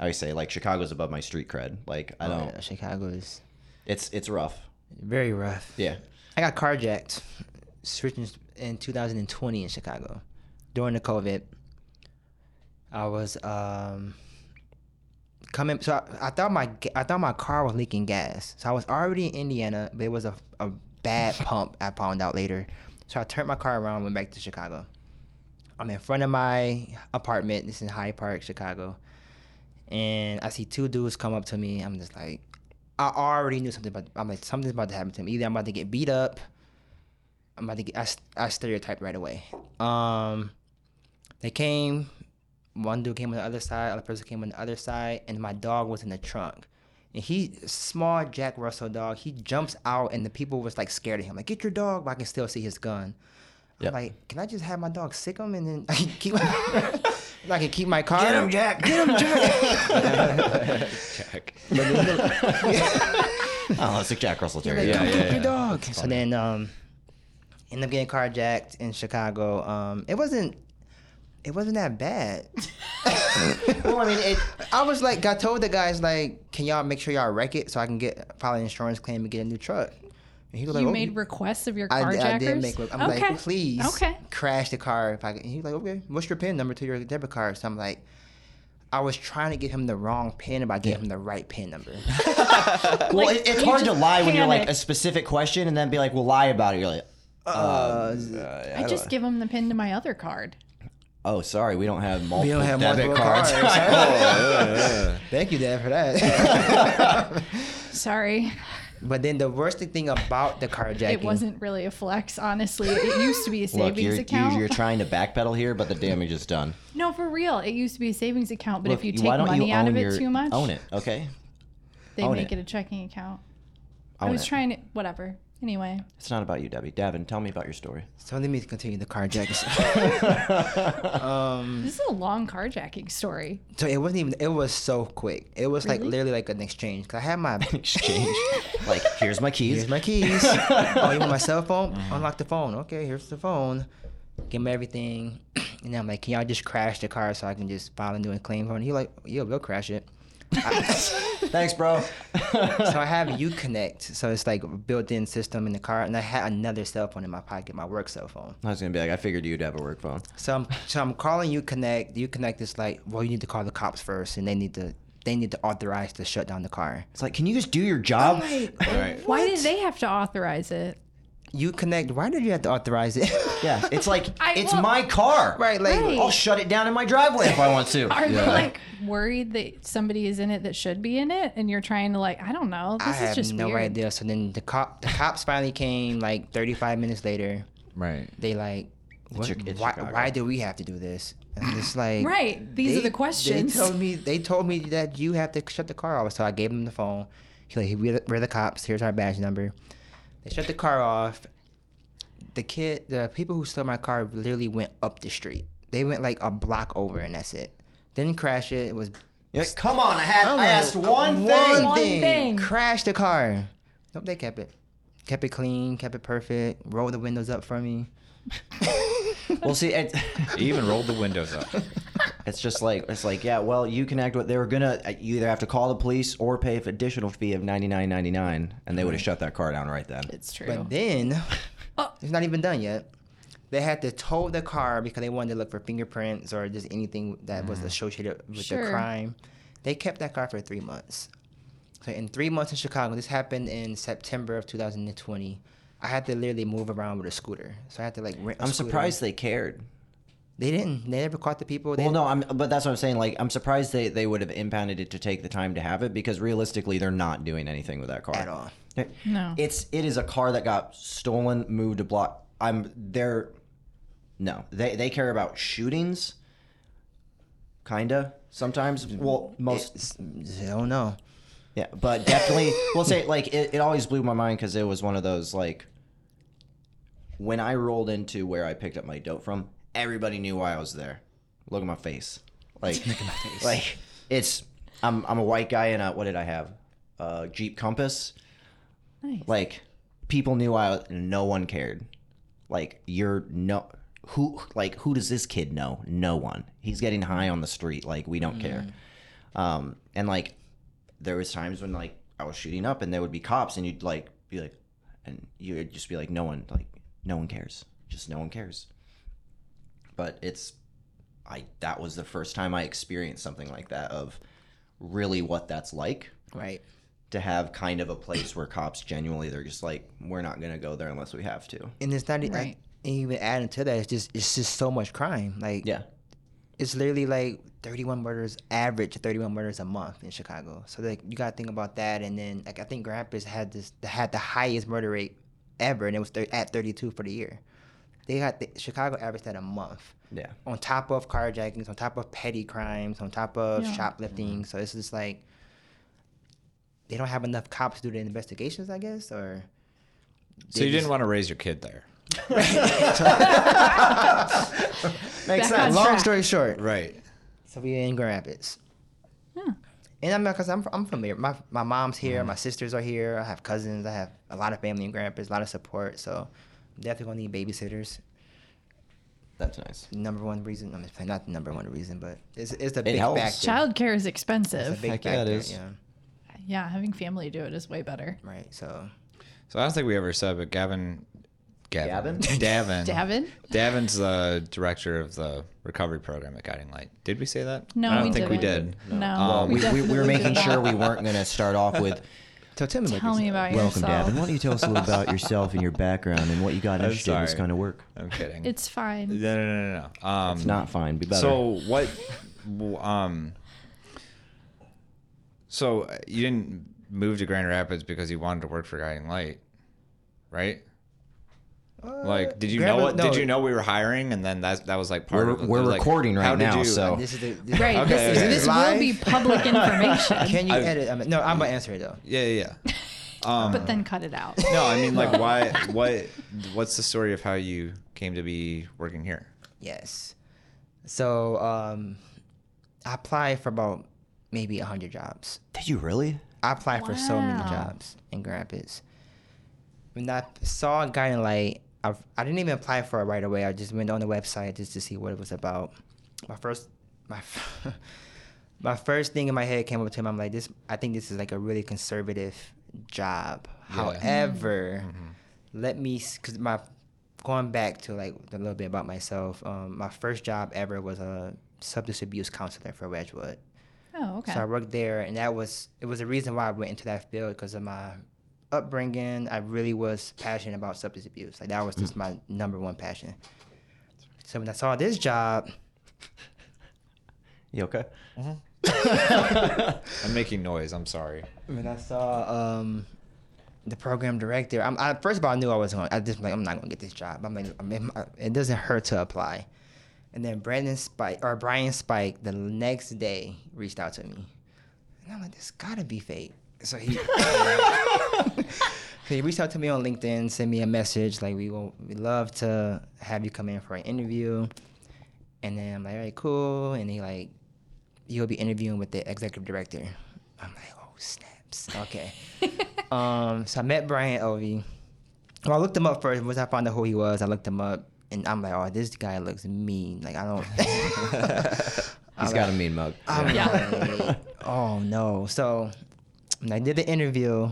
Speaker 1: always say like chicago's above my street cred like i don't
Speaker 2: Yeah, Chicago is
Speaker 1: it's it's rough
Speaker 2: very rough.
Speaker 1: yeah
Speaker 2: I got carjacked switching in 2020 in Chicago during the COVID. I was um coming so I, I thought my ga- I thought my car was leaking gas. So I was already in Indiana, but it was a, a bad pump I found out later. So I turned my car around and went back to Chicago. I'm in front of my apartment. This is in Hyde Park, Chicago. And I see two dudes come up to me. I'm just like, I already knew something about. I'm like, something's about to happen to me. Either I'm about to get beat up. I'm about to get. I, st- I stereotyped right away. Um, they came. One dude came on the other side. Other person came on the other side, and my dog was in the trunk. And he, small Jack Russell dog, he jumps out, and the people was like scared of him. Like, get your dog! But I can still see his gun.
Speaker 1: Yep.
Speaker 2: I'm like, can I just have my dog sick him, and then I can keep. I can keep my car.
Speaker 1: jack
Speaker 4: Check.
Speaker 1: oh it's like jack russell
Speaker 2: You're
Speaker 1: terrier
Speaker 2: like,
Speaker 1: yeah.
Speaker 2: come
Speaker 4: yeah,
Speaker 2: get
Speaker 4: yeah.
Speaker 2: your dog. So then um, ended up getting carjacked in Chicago. Um, it wasn't. It wasn't that bad.
Speaker 1: Well, I mean, it,
Speaker 2: I was like, I told the guys like, can y'all make sure y'all wreck it so I can get file an insurance claim and get a new truck. And he was like,
Speaker 3: you
Speaker 2: "Oh,
Speaker 3: made requests of your
Speaker 2: I,
Speaker 3: carjackers.
Speaker 2: I did make. I'm
Speaker 3: okay.
Speaker 2: like, please,
Speaker 3: Okay.
Speaker 2: crash the car if I can. And he's like, okay, what's your pin number to your debit card? So I'm like, I was trying to give him the wrong pin, but I gave him the right pin number.
Speaker 1: well,
Speaker 3: Like,
Speaker 1: it- it's
Speaker 3: you
Speaker 1: hard to
Speaker 3: just
Speaker 1: lie when you're like
Speaker 3: panic.
Speaker 1: a specific question and then be like, "Well, lie about it." You're like,
Speaker 2: Uh,
Speaker 3: I just give them the pin to my other card.
Speaker 1: "Oh, sorry, we don't have multiple
Speaker 2: have
Speaker 1: debit
Speaker 2: multiple
Speaker 1: cards."
Speaker 2: cards.
Speaker 4: Oh,
Speaker 2: Thank you, Dad, for that.
Speaker 3: Sorry,
Speaker 2: but then the worst thing about the carjacking,
Speaker 3: it wasn't really a flex. Honestly, it used to be a
Speaker 1: Look,
Speaker 3: savings
Speaker 1: you're, you,
Speaker 3: account.
Speaker 1: you're trying to backpedal here, but the damage is done.
Speaker 3: no, for real, it used to be a savings account. But
Speaker 1: Look,
Speaker 3: if you take
Speaker 1: why don't
Speaker 3: money
Speaker 1: you
Speaker 3: out
Speaker 1: own
Speaker 3: of it
Speaker 1: your-
Speaker 3: too much,
Speaker 1: Own it, okay?
Speaker 3: they
Speaker 1: Own
Speaker 3: make
Speaker 1: it.
Speaker 3: it. a checking account. I
Speaker 1: Own
Speaker 3: was
Speaker 1: it.
Speaker 3: trying to whatever. Anyway,
Speaker 1: It's not about you, Debbie. Davin, tell me about your story.
Speaker 2: so let me continue the carjacking. um,
Speaker 3: this is a long carjacking story.
Speaker 2: so it wasn't even. It was so quick. It was like
Speaker 3: Really?
Speaker 2: literally like an exchange. 'Cause I had my
Speaker 1: Exchange. like, here's my keys.
Speaker 2: Here's my keys. oh, you want my cell phone? Unlock the phone. Okay, here's the phone. Give him everything. And then I'm like, can y'all just crash the car so I can just file a new claim for it? And He's like, yeah, we'll crash it.
Speaker 1: Thanks, bro.
Speaker 2: so I have UConnect. So it's like a built-in system in the car. And I had another cell phone in my pocket, my work cell phone.
Speaker 1: I was gonna be like, I figured you'd have a work phone.
Speaker 2: So I'm so I'm calling UConnect. UConnect is like, well, you need to call the cops first, and they need to they need to authorize to shut down the car.
Speaker 1: It's like, can you just do your job?
Speaker 3: Oh
Speaker 4: yeah. All right.
Speaker 3: Why did they have to authorize it?
Speaker 2: UConnect, why did you have to authorize it?
Speaker 1: yeah, it's like
Speaker 3: I-
Speaker 1: it's
Speaker 3: well-
Speaker 1: my car.
Speaker 2: right, like
Speaker 3: Right.
Speaker 1: I'll shut it down in my driveway if I want to.
Speaker 3: Are
Speaker 1: Yeah.
Speaker 3: they like worried that somebody is in it that should be in it, and you're trying to like, I don't know. This
Speaker 2: I
Speaker 3: is
Speaker 2: have
Speaker 3: just
Speaker 2: no
Speaker 3: weird.
Speaker 2: idea. So then the cop, the cops finally came like 35 minutes later.
Speaker 4: Right.
Speaker 2: They like, what,
Speaker 1: Chi- it's
Speaker 2: why,
Speaker 1: Chicago.
Speaker 2: why do we have to do this? And it's like,
Speaker 3: Right. These
Speaker 2: they-
Speaker 3: are the questions.
Speaker 2: They told me they told me that you have to shut the car off. So I gave them the phone. He's like, we're the, we're the cops. Here's our badge number. They shut the car off. The kid, the people who stole my car literally went up the street. They went like a block over, and that's it. Didn't crash it. It was
Speaker 1: You're like, come on, I had I asked one
Speaker 2: Oh one
Speaker 1: thing.
Speaker 3: One
Speaker 2: thing.
Speaker 3: thing.
Speaker 2: Crash the car. Nope, they kept it. Kept it clean, kept it perfect. Rolled the windows up for me.
Speaker 1: Well, see, it,
Speaker 4: He even rolled the windows up.
Speaker 1: it's just like it's like yeah. Well, you can act. What they were gonna, you either have to call the police or pay an additional fee of ninety nine ninety nine, and they would have shut that car down right then.
Speaker 3: It's true.
Speaker 2: But then,
Speaker 3: Oh.
Speaker 2: it's not even done yet. They had to tow the car because they wanted to look for fingerprints or just anything that was associated with the
Speaker 3: Mm. Sure.
Speaker 2: crime. They kept that car for three months. So in three months in Chicago, this happened in September of 2020. I had to literally move around with a scooter. So I had to like rent. i
Speaker 1: I'm surprised they cared.
Speaker 2: they didn't. They never caught the people. They
Speaker 1: Well, no, I'm, but that's what I'm saying. Like, I'm surprised they, they would have impounded it to take the time to have it because realistically, they're not doing anything with that car
Speaker 2: at all.
Speaker 3: no.
Speaker 1: It's it is a car that got stolen, moved a block. I'm they're no, they they care about shootings, kinda sometimes. Well, most
Speaker 2: It's- I don't know.
Speaker 1: yeah, but definitely, we'll say like it, it always blew my mind because it was one of those like when I rolled into where I picked up my dope from, everybody knew why I was there. Look at my face, like like it's I'm I'm a white guy and a, what did I have? Uh, Jeep Compass.
Speaker 3: nice.
Speaker 1: Like people knew I was, no one cared. Like you're no who like who does this kid know? No one. He's getting high on the street. Like we don't care. Um, and like there was times when like I was shooting up and there would be cops and you'd like be like and you would just be like no one like no one cares. Just no one cares. But it's I that was the first time I experienced something like that of really what that's like
Speaker 2: Right.
Speaker 1: to have kind of a place where cops genuinely they're just like we're not gonna go there unless we have to.
Speaker 2: And it's not e-
Speaker 3: Right.
Speaker 2: and even adding to that, it's just it's just so much crime. Like
Speaker 1: Yeah,
Speaker 2: it's literally like 31 murders average 31 murders a month in Chicago. So like you got to think about that and then like I think Grand Rapids had this had the highest murder rate ever and it was thir- at 32 for the year. They had the, Chicago averaged that a month.
Speaker 1: yeah.
Speaker 2: on top of carjackings, on top of petty crimes, on top of
Speaker 3: Yeah.
Speaker 2: shoplifting. So it's just like they don't have enough cops to do the investigations, I guess, or
Speaker 4: So you didn't want to raise your kid there.
Speaker 1: Makes
Speaker 3: Back on
Speaker 2: long
Speaker 3: track.
Speaker 2: story short.
Speaker 4: Right.
Speaker 2: So we in Grand Rapids. And I'm not because I'm I'm from here. My my
Speaker 5: Mm.
Speaker 2: mom's here, my sisters are here, I have cousins, I have a lot of family in Grand Rapids, a lot of support. So definitely gonna need babysitters.
Speaker 5: That's nice.
Speaker 2: Number one reason, I'm just playing, not the number one reason, but it's it's a big
Speaker 5: helps.
Speaker 2: factor.
Speaker 3: Childcare is
Speaker 2: It's a
Speaker 3: expensive.
Speaker 2: big
Speaker 5: Heck yeah, it
Speaker 2: factor.
Speaker 5: is.
Speaker 2: Yeah.
Speaker 3: yeah, having family do it is way better.
Speaker 2: Right. So
Speaker 4: So I don't think we ever said, but Gavin, Gavin, Davin,
Speaker 3: Davin?
Speaker 4: Davin's the director of the recovery program at Guiding Light. Did we say that?
Speaker 3: No,
Speaker 4: I don't
Speaker 3: we
Speaker 4: think
Speaker 3: didn't.
Speaker 4: we did.
Speaker 3: No,
Speaker 4: Well,
Speaker 1: we, Um, we, we were
Speaker 3: definitely
Speaker 1: making
Speaker 3: did
Speaker 1: sure
Speaker 3: not.
Speaker 1: we weren't going to start off with
Speaker 2: so tell me about
Speaker 3: Tell me
Speaker 2: yourself.
Speaker 3: about
Speaker 5: Welcome,
Speaker 3: yourself.
Speaker 5: Davin. Why don't you tell us a little about yourself and your background and what you got
Speaker 4: I'm
Speaker 5: interested in this
Speaker 4: sorry.
Speaker 5: kind of work?
Speaker 4: I'm kidding.
Speaker 3: It's fine.
Speaker 4: no, no, no, no. no. Um,
Speaker 5: It's not fine. Be better.
Speaker 4: So what? w- Um. So uh, you didn't move to Grand Rapids because you wanted to work for Guiding Light, right?
Speaker 1: Uh,
Speaker 4: like, did you
Speaker 2: Grand
Speaker 4: know
Speaker 2: Rapids-
Speaker 4: what? Did
Speaker 2: no.
Speaker 4: you know we were hiring? And then that's that was like part
Speaker 1: We're-
Speaker 4: of. it.
Speaker 1: we're
Speaker 4: They're like,
Speaker 1: recording right
Speaker 4: how did
Speaker 1: now,
Speaker 4: you-
Speaker 1: so-
Speaker 2: This is the, this,
Speaker 3: Right.
Speaker 4: Okay,
Speaker 3: This,
Speaker 4: okay.
Speaker 3: is, this will
Speaker 2: Live?
Speaker 3: be public information,
Speaker 2: Can you
Speaker 4: I-
Speaker 2: edit? I mean, no, I'm gonna answer it though.
Speaker 4: Yeah, yeah. yeah.
Speaker 3: but then cut it out.
Speaker 4: No, I mean, like, why? What? What's the story of how you came to be working here?
Speaker 2: Yes. So um, I applied for about maybe hundred jobs.
Speaker 5: Did you really?
Speaker 2: I applied for so many
Speaker 3: Wow.
Speaker 2: jobs in Grand Rapids. When I saw Guiding Light, I, I didn't even apply for it right away. I just went on the website just to see what it was about. My first, my, f- my first thing in my head came up to him. I'm like, this. I think this is like a really conservative job. However, let me, because my going back to like a little bit about myself. Um, my first job ever was a substance abuse counselor for Wedgwood.
Speaker 3: Oh, okay.
Speaker 2: So I worked there, and that was it was the reason why I went into that field because of my upbringing. I really was passionate about substance abuse. Like that was just my number one passion. So when I saw this job,
Speaker 5: You okay?
Speaker 4: I'm making noise. I'm sorry.
Speaker 2: when I saw um, the program director, I'm, I, first of all, I knew I was going. I just like I'm not gonna get this job. I'm like, I mean, it doesn't hurt to apply. And then Brandon Spike or Brian Spike the next day reached out to me, and I'm like, this gotta be fake. So he. So he reached out to me on LinkedIn, sent me a message like we will we love to have you come in for an interview. And then I'm like, all right, cool. And he like, you'll be interviewing with the executive director. I'm like, oh snaps. Okay. um, so I met Brian Elvey. Well, I looked him up first. Once I found out who he was, I looked him up, and I'm like, oh, this guy looks mean. Like I don't.
Speaker 1: he's got a mean mug.
Speaker 2: I'm
Speaker 3: Yeah.
Speaker 2: like, Um, oh no. So when I did the interview,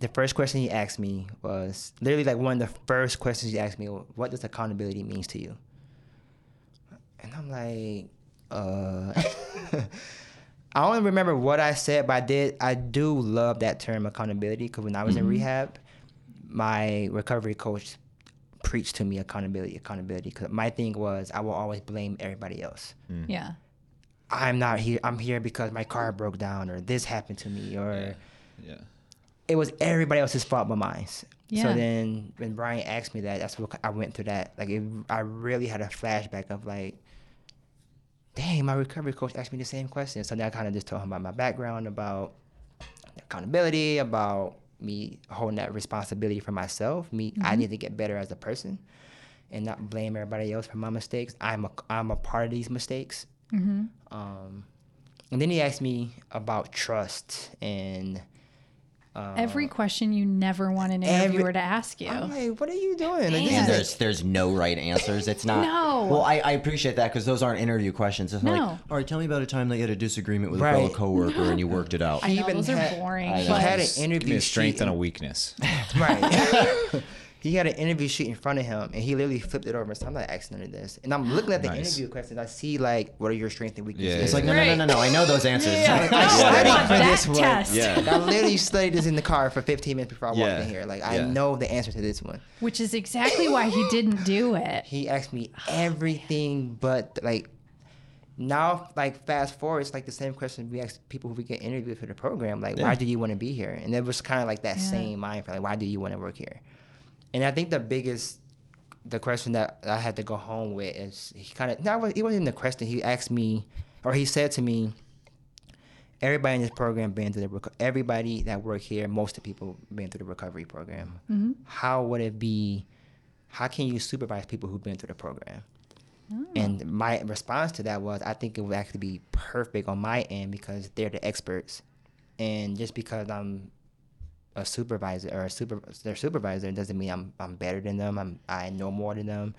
Speaker 2: the first question he asked me was literally like one of the first questions he asked me, what does accountability means to you? And I'm like, uh I don't remember what I said, but I did I do love that term accountability because when I was in rehab, my recovery coach preached to me accountability, accountability. Because my thing was I will always blame everybody else.
Speaker 3: yeah.
Speaker 2: I'm not here. I'm here because my car broke down, or this happened to me, or
Speaker 4: Yeah.
Speaker 2: it was everybody else's fault but mine.
Speaker 3: Yeah.
Speaker 2: So then, when Brian asked me that, that's what I went through that. Like, it, I really had a flashback of like, dang, my recovery coach asked me the same question. So then I kind of just told him about my background, about accountability, about me holding that responsibility for myself. Me, I need to get better as a person, and not blame everybody else for my mistakes. I'm a, I'm a part of these mistakes. Um, and then he asked me about trust and.
Speaker 1: Uh,
Speaker 3: Every question you never want an interviewer
Speaker 2: every-
Speaker 3: to ask you.
Speaker 2: I'm like, what are you doing? Like,
Speaker 1: Yeah,
Speaker 2: this is
Speaker 1: there's there's no right answers. It's not.
Speaker 3: No.
Speaker 1: Well, I, I appreciate that because those aren't interview questions. It's like,
Speaker 3: No.
Speaker 1: all right, tell me about a time that you had a disagreement with
Speaker 2: Right.
Speaker 1: a fellow coworker and you worked it out.
Speaker 3: I know
Speaker 2: even
Speaker 3: those are
Speaker 2: had-
Speaker 3: boring.
Speaker 1: I
Speaker 2: he
Speaker 1: know.
Speaker 3: but-
Speaker 2: had an
Speaker 1: Just
Speaker 4: Give me
Speaker 2: interview
Speaker 4: a strength
Speaker 2: sheet.
Speaker 4: and a weakness.
Speaker 2: right. he had an interview sheet in front of him, and he literally flipped it over. So I'm not asking none of this, and I'm looking at the
Speaker 4: Nice.
Speaker 2: interview questions. I see like, what are your strengths and weaknesses?
Speaker 4: Yeah.
Speaker 1: it's like, no,
Speaker 3: Right.
Speaker 1: no, no, no, no. I know those answers.
Speaker 3: Yeah. No, I
Speaker 2: studied
Speaker 3: want
Speaker 2: for
Speaker 3: that
Speaker 2: this one.
Speaker 3: test.
Speaker 4: Yeah.
Speaker 2: I literally studied this in the car for 15 minutes before I walked
Speaker 4: Yeah.
Speaker 2: in here. Like, I
Speaker 4: Yeah.
Speaker 2: know the answer to this one.
Speaker 3: Which is exactly why he didn't do it.
Speaker 2: He asked me everything, but like, now, like, fast forward, it's like the same question we ask people who we get interviewed for the program. Like, why do you want to be here? And it was kind of like that same mind frame. Like, why do you want to work here? And I think the biggest, the question that I had to go home with is he kind of, no, it wasn't even the question. He asked me, or he said to me, everybody in this program been through the reco- everybody that work here most of the people been through the recovery program how would it be how can you supervise people who've been through the program and my response to that was i think it would actually be perfect on my end because they're the experts and just because i'm a supervisor or a super their supervisor doesn't mean I'm I'm better than them. I'm I know more than them.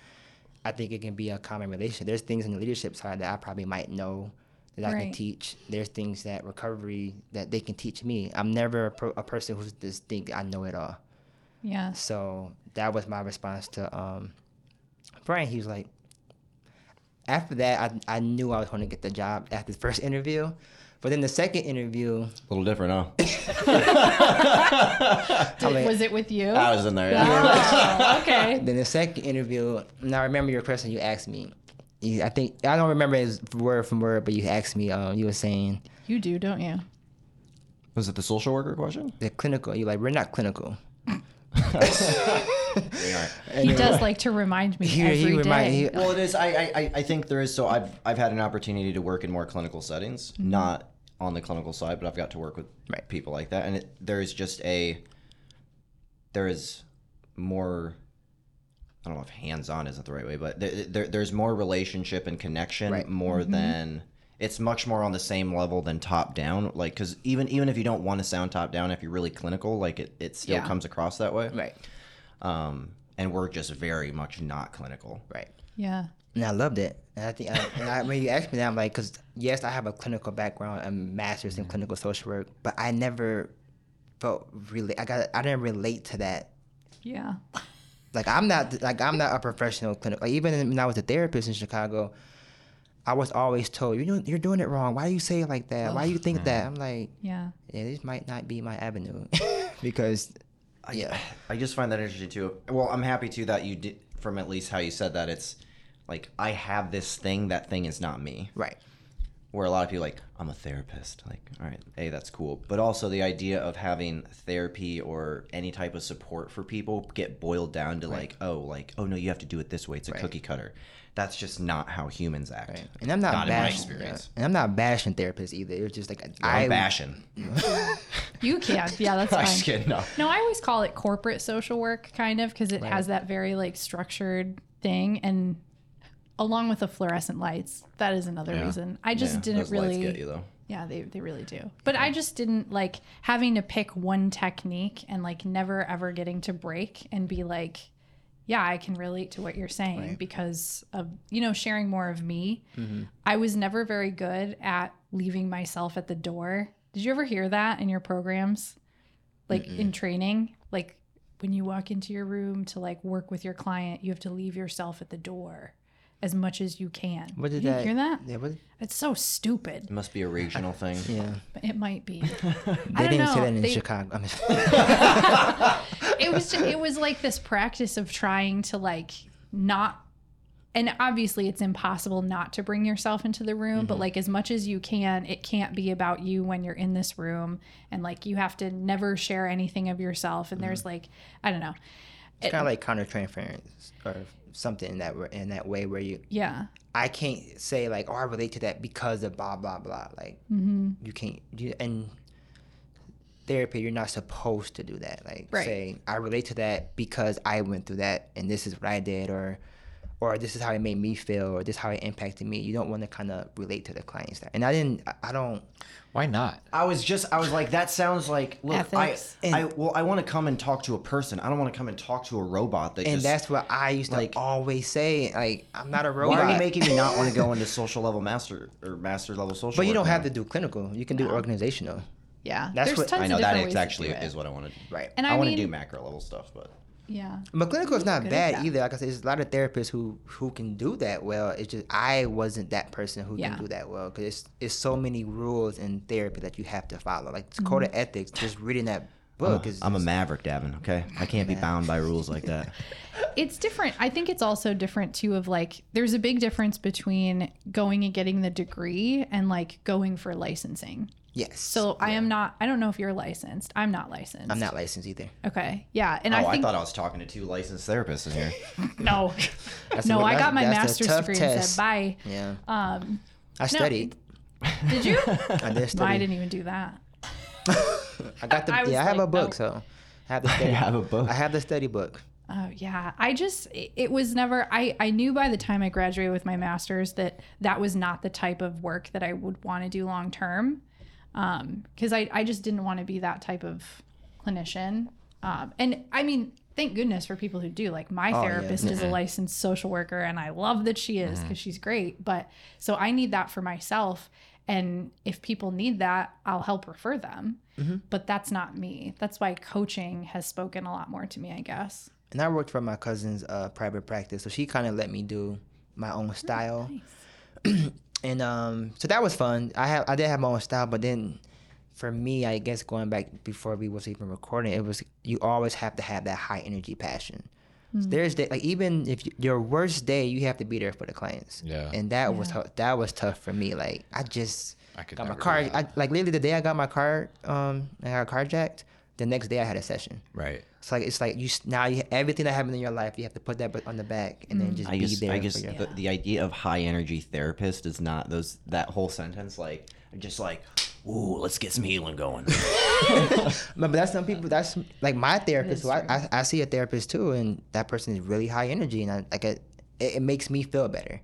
Speaker 2: I think it can be a common relationship. There's things in the leadership side that I probably might know that I can
Speaker 3: Right.
Speaker 2: teach. There's things that recovery that they can teach me. I'm never a, pro, a person who's just think I know it all.
Speaker 3: Yeah.
Speaker 2: So that was my response to um, Brian. He was like, after that, I, I knew I was going to get the job after the first interview. But then the second interview,
Speaker 1: A little different, huh?
Speaker 3: Did-
Speaker 2: like-
Speaker 3: was it with you?
Speaker 1: I was in there.
Speaker 3: Oh, okay.
Speaker 2: then the second interview, now I remember your question you asked me. You, I think, I don't remember his word from word, but you asked me, um, you were saying,
Speaker 3: You do, don't you?
Speaker 1: Was it the social worker question?
Speaker 2: the clinical, you're like, we're not clinical.
Speaker 3: He does like to remind me
Speaker 2: He-
Speaker 3: every
Speaker 2: he
Speaker 3: day.
Speaker 2: remind- he-
Speaker 1: Well, it is. I, I, I- I think there is. So I've, I've had an opportunity to work in more clinical settings, not on the clinical side, but I've got to work with
Speaker 2: Mm-hmm. Right.
Speaker 1: people like that, and it, there is just a, there is more. I don't know if hands-on isn't the right way, but there, there, there's more relationship and connection
Speaker 2: Right. Mm-hmm.
Speaker 1: more than it's much more on the same level than top down. Like, because even even if you don't want to sound top down, if you're really clinical, like it, it still
Speaker 3: Yeah.
Speaker 1: comes across that way.
Speaker 2: Right,
Speaker 1: Um, and we're just very much not clinical.
Speaker 2: right.
Speaker 3: yeah.
Speaker 2: And I loved it. And I think I, and I, when you asked me that, I'm like, because yes, I have a clinical background, a master's
Speaker 1: Mm-hmm.
Speaker 2: in clinical social work, but I never felt really. I got. I didn't relate to that.
Speaker 3: Yeah.
Speaker 2: Like I'm not. Like I'm not a professional clinical. Like, even when I was a therapist in Chicago, I was always told, you know, you're doing it wrong. Why do you say it like that? Why do you think that?
Speaker 1: Mm-hmm.
Speaker 2: I'm like,
Speaker 3: Yeah.
Speaker 2: yeah, this might not be my avenue because, yeah,
Speaker 1: I just find that interesting too. Well, I'm happy too that you did from at least how you said that it's like I have this thing, that thing is not me.
Speaker 2: right,
Speaker 1: Where a lot of people are like, I'm a therapist. Like, all right, hey, that's cool. But also the idea of having therapy or any type of support for people get boiled down to like, oh, like, oh no, you have to do it this way. It's a cookie cutter. That's just not how humans act.
Speaker 2: right. And I'm not,
Speaker 1: Not in my
Speaker 2: bashing. yeah.
Speaker 1: experience.
Speaker 2: And I'm not bashing therapists either. It's just like
Speaker 1: I'm
Speaker 2: I
Speaker 1: bashing.
Speaker 3: You can. Yeah, that's fine.
Speaker 1: I'm just kidding. No.
Speaker 3: No, I always call it corporate social work, kind of, because it has that very like structured thing, and along with the fluorescent lights, that is another reason. I just
Speaker 1: Yeah,
Speaker 3: didn't
Speaker 1: those lights
Speaker 3: really.
Speaker 1: get you though.
Speaker 3: Yeah, they they really do. But I just didn't like having to pick one technique and like never ever getting to break and be like, yeah, I can relate to what you're saying because of you know sharing more of me.
Speaker 2: Mm-hmm.
Speaker 3: I was never very good at leaving myself at the door. Did you ever hear that in your programs? Like in training, like when you walk into your room to like work with your client, you have to leave yourself at the door as much as you can.
Speaker 2: What did
Speaker 3: you
Speaker 2: that-
Speaker 3: hear that?
Speaker 2: Yeah, what,
Speaker 3: It's so stupid.
Speaker 1: It must be a regional thing.
Speaker 2: yeah.
Speaker 3: It might be.
Speaker 2: They
Speaker 3: I don't
Speaker 2: didn't
Speaker 3: know.
Speaker 2: say that in
Speaker 3: They-
Speaker 2: Chicago. I mean,
Speaker 3: It was ju- it was like this practice of trying to like not and obviously it's impossible not to bring yourself into the room,
Speaker 1: Mm-hmm.
Speaker 3: but like as much as you can, it can't be about you when you're in this room and like you have to never share anything of yourself and
Speaker 1: Mm-hmm.
Speaker 3: there's like I don't know.
Speaker 2: it's kind of like countertransference or something in that were- in that way where you
Speaker 3: Yeah.
Speaker 2: I can't say like oh I relate to that because of blah blah blah like
Speaker 3: Mm-hmm.
Speaker 2: you can't you, and therapy you're not supposed to do that like
Speaker 3: Right.
Speaker 2: say I relate to that because I went through that and this is what I did or or this is how it made me feel or this is how it impacted me you don't want to kind of relate to the clients that and I didn't I, I don't
Speaker 4: Why not?
Speaker 1: I was just, I was like, that sounds like, look, I,
Speaker 3: Ethics.
Speaker 1: I, well, I want to come and talk to a person. I don't want to come and talk to a robot that
Speaker 2: and
Speaker 1: just.
Speaker 2: that's what I used
Speaker 1: like-
Speaker 2: to always say like I'm not a robot
Speaker 1: why are you making me not want to go into social level master or master level social?
Speaker 2: But you
Speaker 1: work
Speaker 2: don't have
Speaker 1: now?
Speaker 2: to do clinical. You can do organizational.
Speaker 3: Yeah.
Speaker 2: That's
Speaker 3: there's
Speaker 2: what-
Speaker 3: tons
Speaker 1: I
Speaker 3: of
Speaker 1: know that
Speaker 3: different
Speaker 1: it's
Speaker 3: ways to
Speaker 1: actually
Speaker 3: do it.
Speaker 1: is what I want to.
Speaker 2: Right.
Speaker 3: And
Speaker 1: I,
Speaker 3: I,
Speaker 1: want
Speaker 3: mean,
Speaker 1: to do macro level stuff, but
Speaker 3: yeah.
Speaker 2: But clinical is not
Speaker 3: good at
Speaker 2: bad
Speaker 3: that.
Speaker 2: either. Like I said, there's a lot of therapists who who can do that well. It's just I wasn't that person who
Speaker 3: Yeah.
Speaker 2: can do that well because it's it's so many rules in therapy that you have to follow. Like this code of
Speaker 3: Mm-hmm.
Speaker 2: ethics. Just reading that book is.
Speaker 1: I'm a maverick, Davin. Okay, I can't be bound by rules like that.
Speaker 3: it's different. I think it's also different too of like there's a big difference between going and getting the degree and like going for licensing.
Speaker 2: yes.
Speaker 3: So I am not I don't know if you're licensed. I'm not licensed.
Speaker 2: I'm not licensed either.
Speaker 3: Okay. Yeah. And
Speaker 1: oh,
Speaker 3: I
Speaker 1: I,
Speaker 3: think
Speaker 1: thought I was talking to two licensed therapists in here.
Speaker 3: no. no,
Speaker 2: a-
Speaker 3: I got my
Speaker 2: that's a
Speaker 3: master's
Speaker 2: tough
Speaker 3: degree and
Speaker 2: test.
Speaker 3: said bye.
Speaker 2: Yeah.
Speaker 3: Um
Speaker 2: I studied.
Speaker 3: did you?
Speaker 2: I did
Speaker 3: I
Speaker 2: study.
Speaker 3: didn't even do that.
Speaker 2: I got the.
Speaker 3: I was
Speaker 2: yeah, I have
Speaker 3: like,
Speaker 2: a book.
Speaker 3: no.
Speaker 2: So I have the study.
Speaker 1: have a book.
Speaker 2: I have the study book.
Speaker 3: Oh yeah. I just it, it was never I I knew by the time I graduated with my masters that that was not the type of work that I would want to do long term. Um cuz I I just didn't want to be that type of clinician. Um, and I mean, thank goodness for people who do. Like my
Speaker 2: yeah.
Speaker 3: therapist is a licensed social worker, and I love that she is because she's great. But so I need that for myself. And if people need that, I'll help refer them. But that's not me. That's why coaching has spoken a lot more to me, I guess.
Speaker 2: and I worked for my cousin's uh, private practice, so she kind of let me do my own style. and um, so that was fun. I have I did have my own style, but then for me, I guess going back before we was even recording, it was you always have to have that high energy passion. So there's that like even if you, your worst day, you have to be there for the clients.
Speaker 4: Yeah.
Speaker 2: and that was tou- that was tough for me. Like I just
Speaker 4: I could
Speaker 2: got my
Speaker 4: never do
Speaker 2: car.
Speaker 4: that.
Speaker 2: I, like literally the day I got my car, um, I got carjacked. The next day I had a session.
Speaker 4: Right.
Speaker 2: It's like it's like you s- now you, everything that happened in your life you have to put that b- on the back and then just
Speaker 5: Mm. I
Speaker 2: be
Speaker 5: just,
Speaker 2: there.
Speaker 5: I
Speaker 2: for
Speaker 5: just,
Speaker 2: your-
Speaker 5: the, the idea of high energy therapist is not those. That whole sentence, like, just like, ooh, let's get some healing going.
Speaker 2: but but that's some people. That's like my therapist. So I, I I see a therapist too, and that person is really high energy, and I like I- it, it makes me feel better.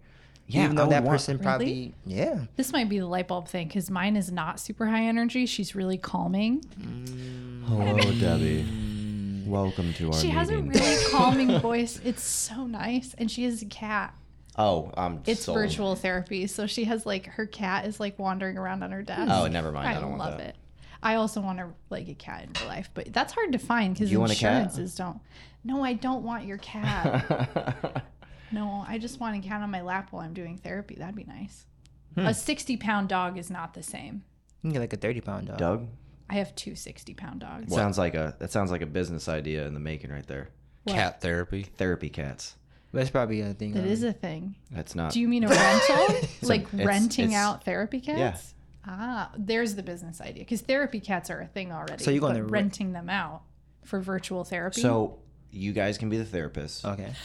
Speaker 5: Yeah,
Speaker 2: even though
Speaker 5: I
Speaker 2: that
Speaker 5: would want-
Speaker 2: person probably yeah.
Speaker 3: This might be the light bulb thing because mine is not super high energy. She's really calming.
Speaker 5: Hello, Debbie. Welcome to our
Speaker 3: She has a really calming voice. It's so nice. And she has a cat.
Speaker 5: oh, um,
Speaker 3: It's
Speaker 5: sold.
Speaker 3: virtual therapy. So she has like her cat is like wandering around on her desk.
Speaker 5: Oh, never mind. I,
Speaker 3: I,
Speaker 5: don't want
Speaker 3: love
Speaker 5: that.
Speaker 3: it. I also want to like a cat in real life, but that's hard to find because
Speaker 5: You want a cat?
Speaker 3: insurances don't. No, I don't want your cat. no, I just want a cat on my lap while I'm doing therapy. That'd be nice.
Speaker 5: Hmm.
Speaker 3: A 60 pound dog is not the same.
Speaker 2: You can get like a thirty pound dog.
Speaker 5: Doug,
Speaker 3: I have two 60 pound dogs.
Speaker 5: sounds like a that sounds like a business idea in the making right there.
Speaker 4: Cat therapy.
Speaker 5: Therapy cats.
Speaker 2: That's probably a thing.
Speaker 3: That
Speaker 2: um,
Speaker 3: is a thing.
Speaker 5: That's not.
Speaker 3: Do you mean a rental? like
Speaker 5: it's-
Speaker 3: renting
Speaker 5: it's-
Speaker 3: out therapy cats?
Speaker 5: Yeah.
Speaker 3: Ah, there's the business idea because therapy cats are a thing already.
Speaker 2: So you're gonna
Speaker 3: but
Speaker 2: re-
Speaker 3: renting them out for virtual therapy.
Speaker 5: so you guys can be the therapists.
Speaker 2: okay.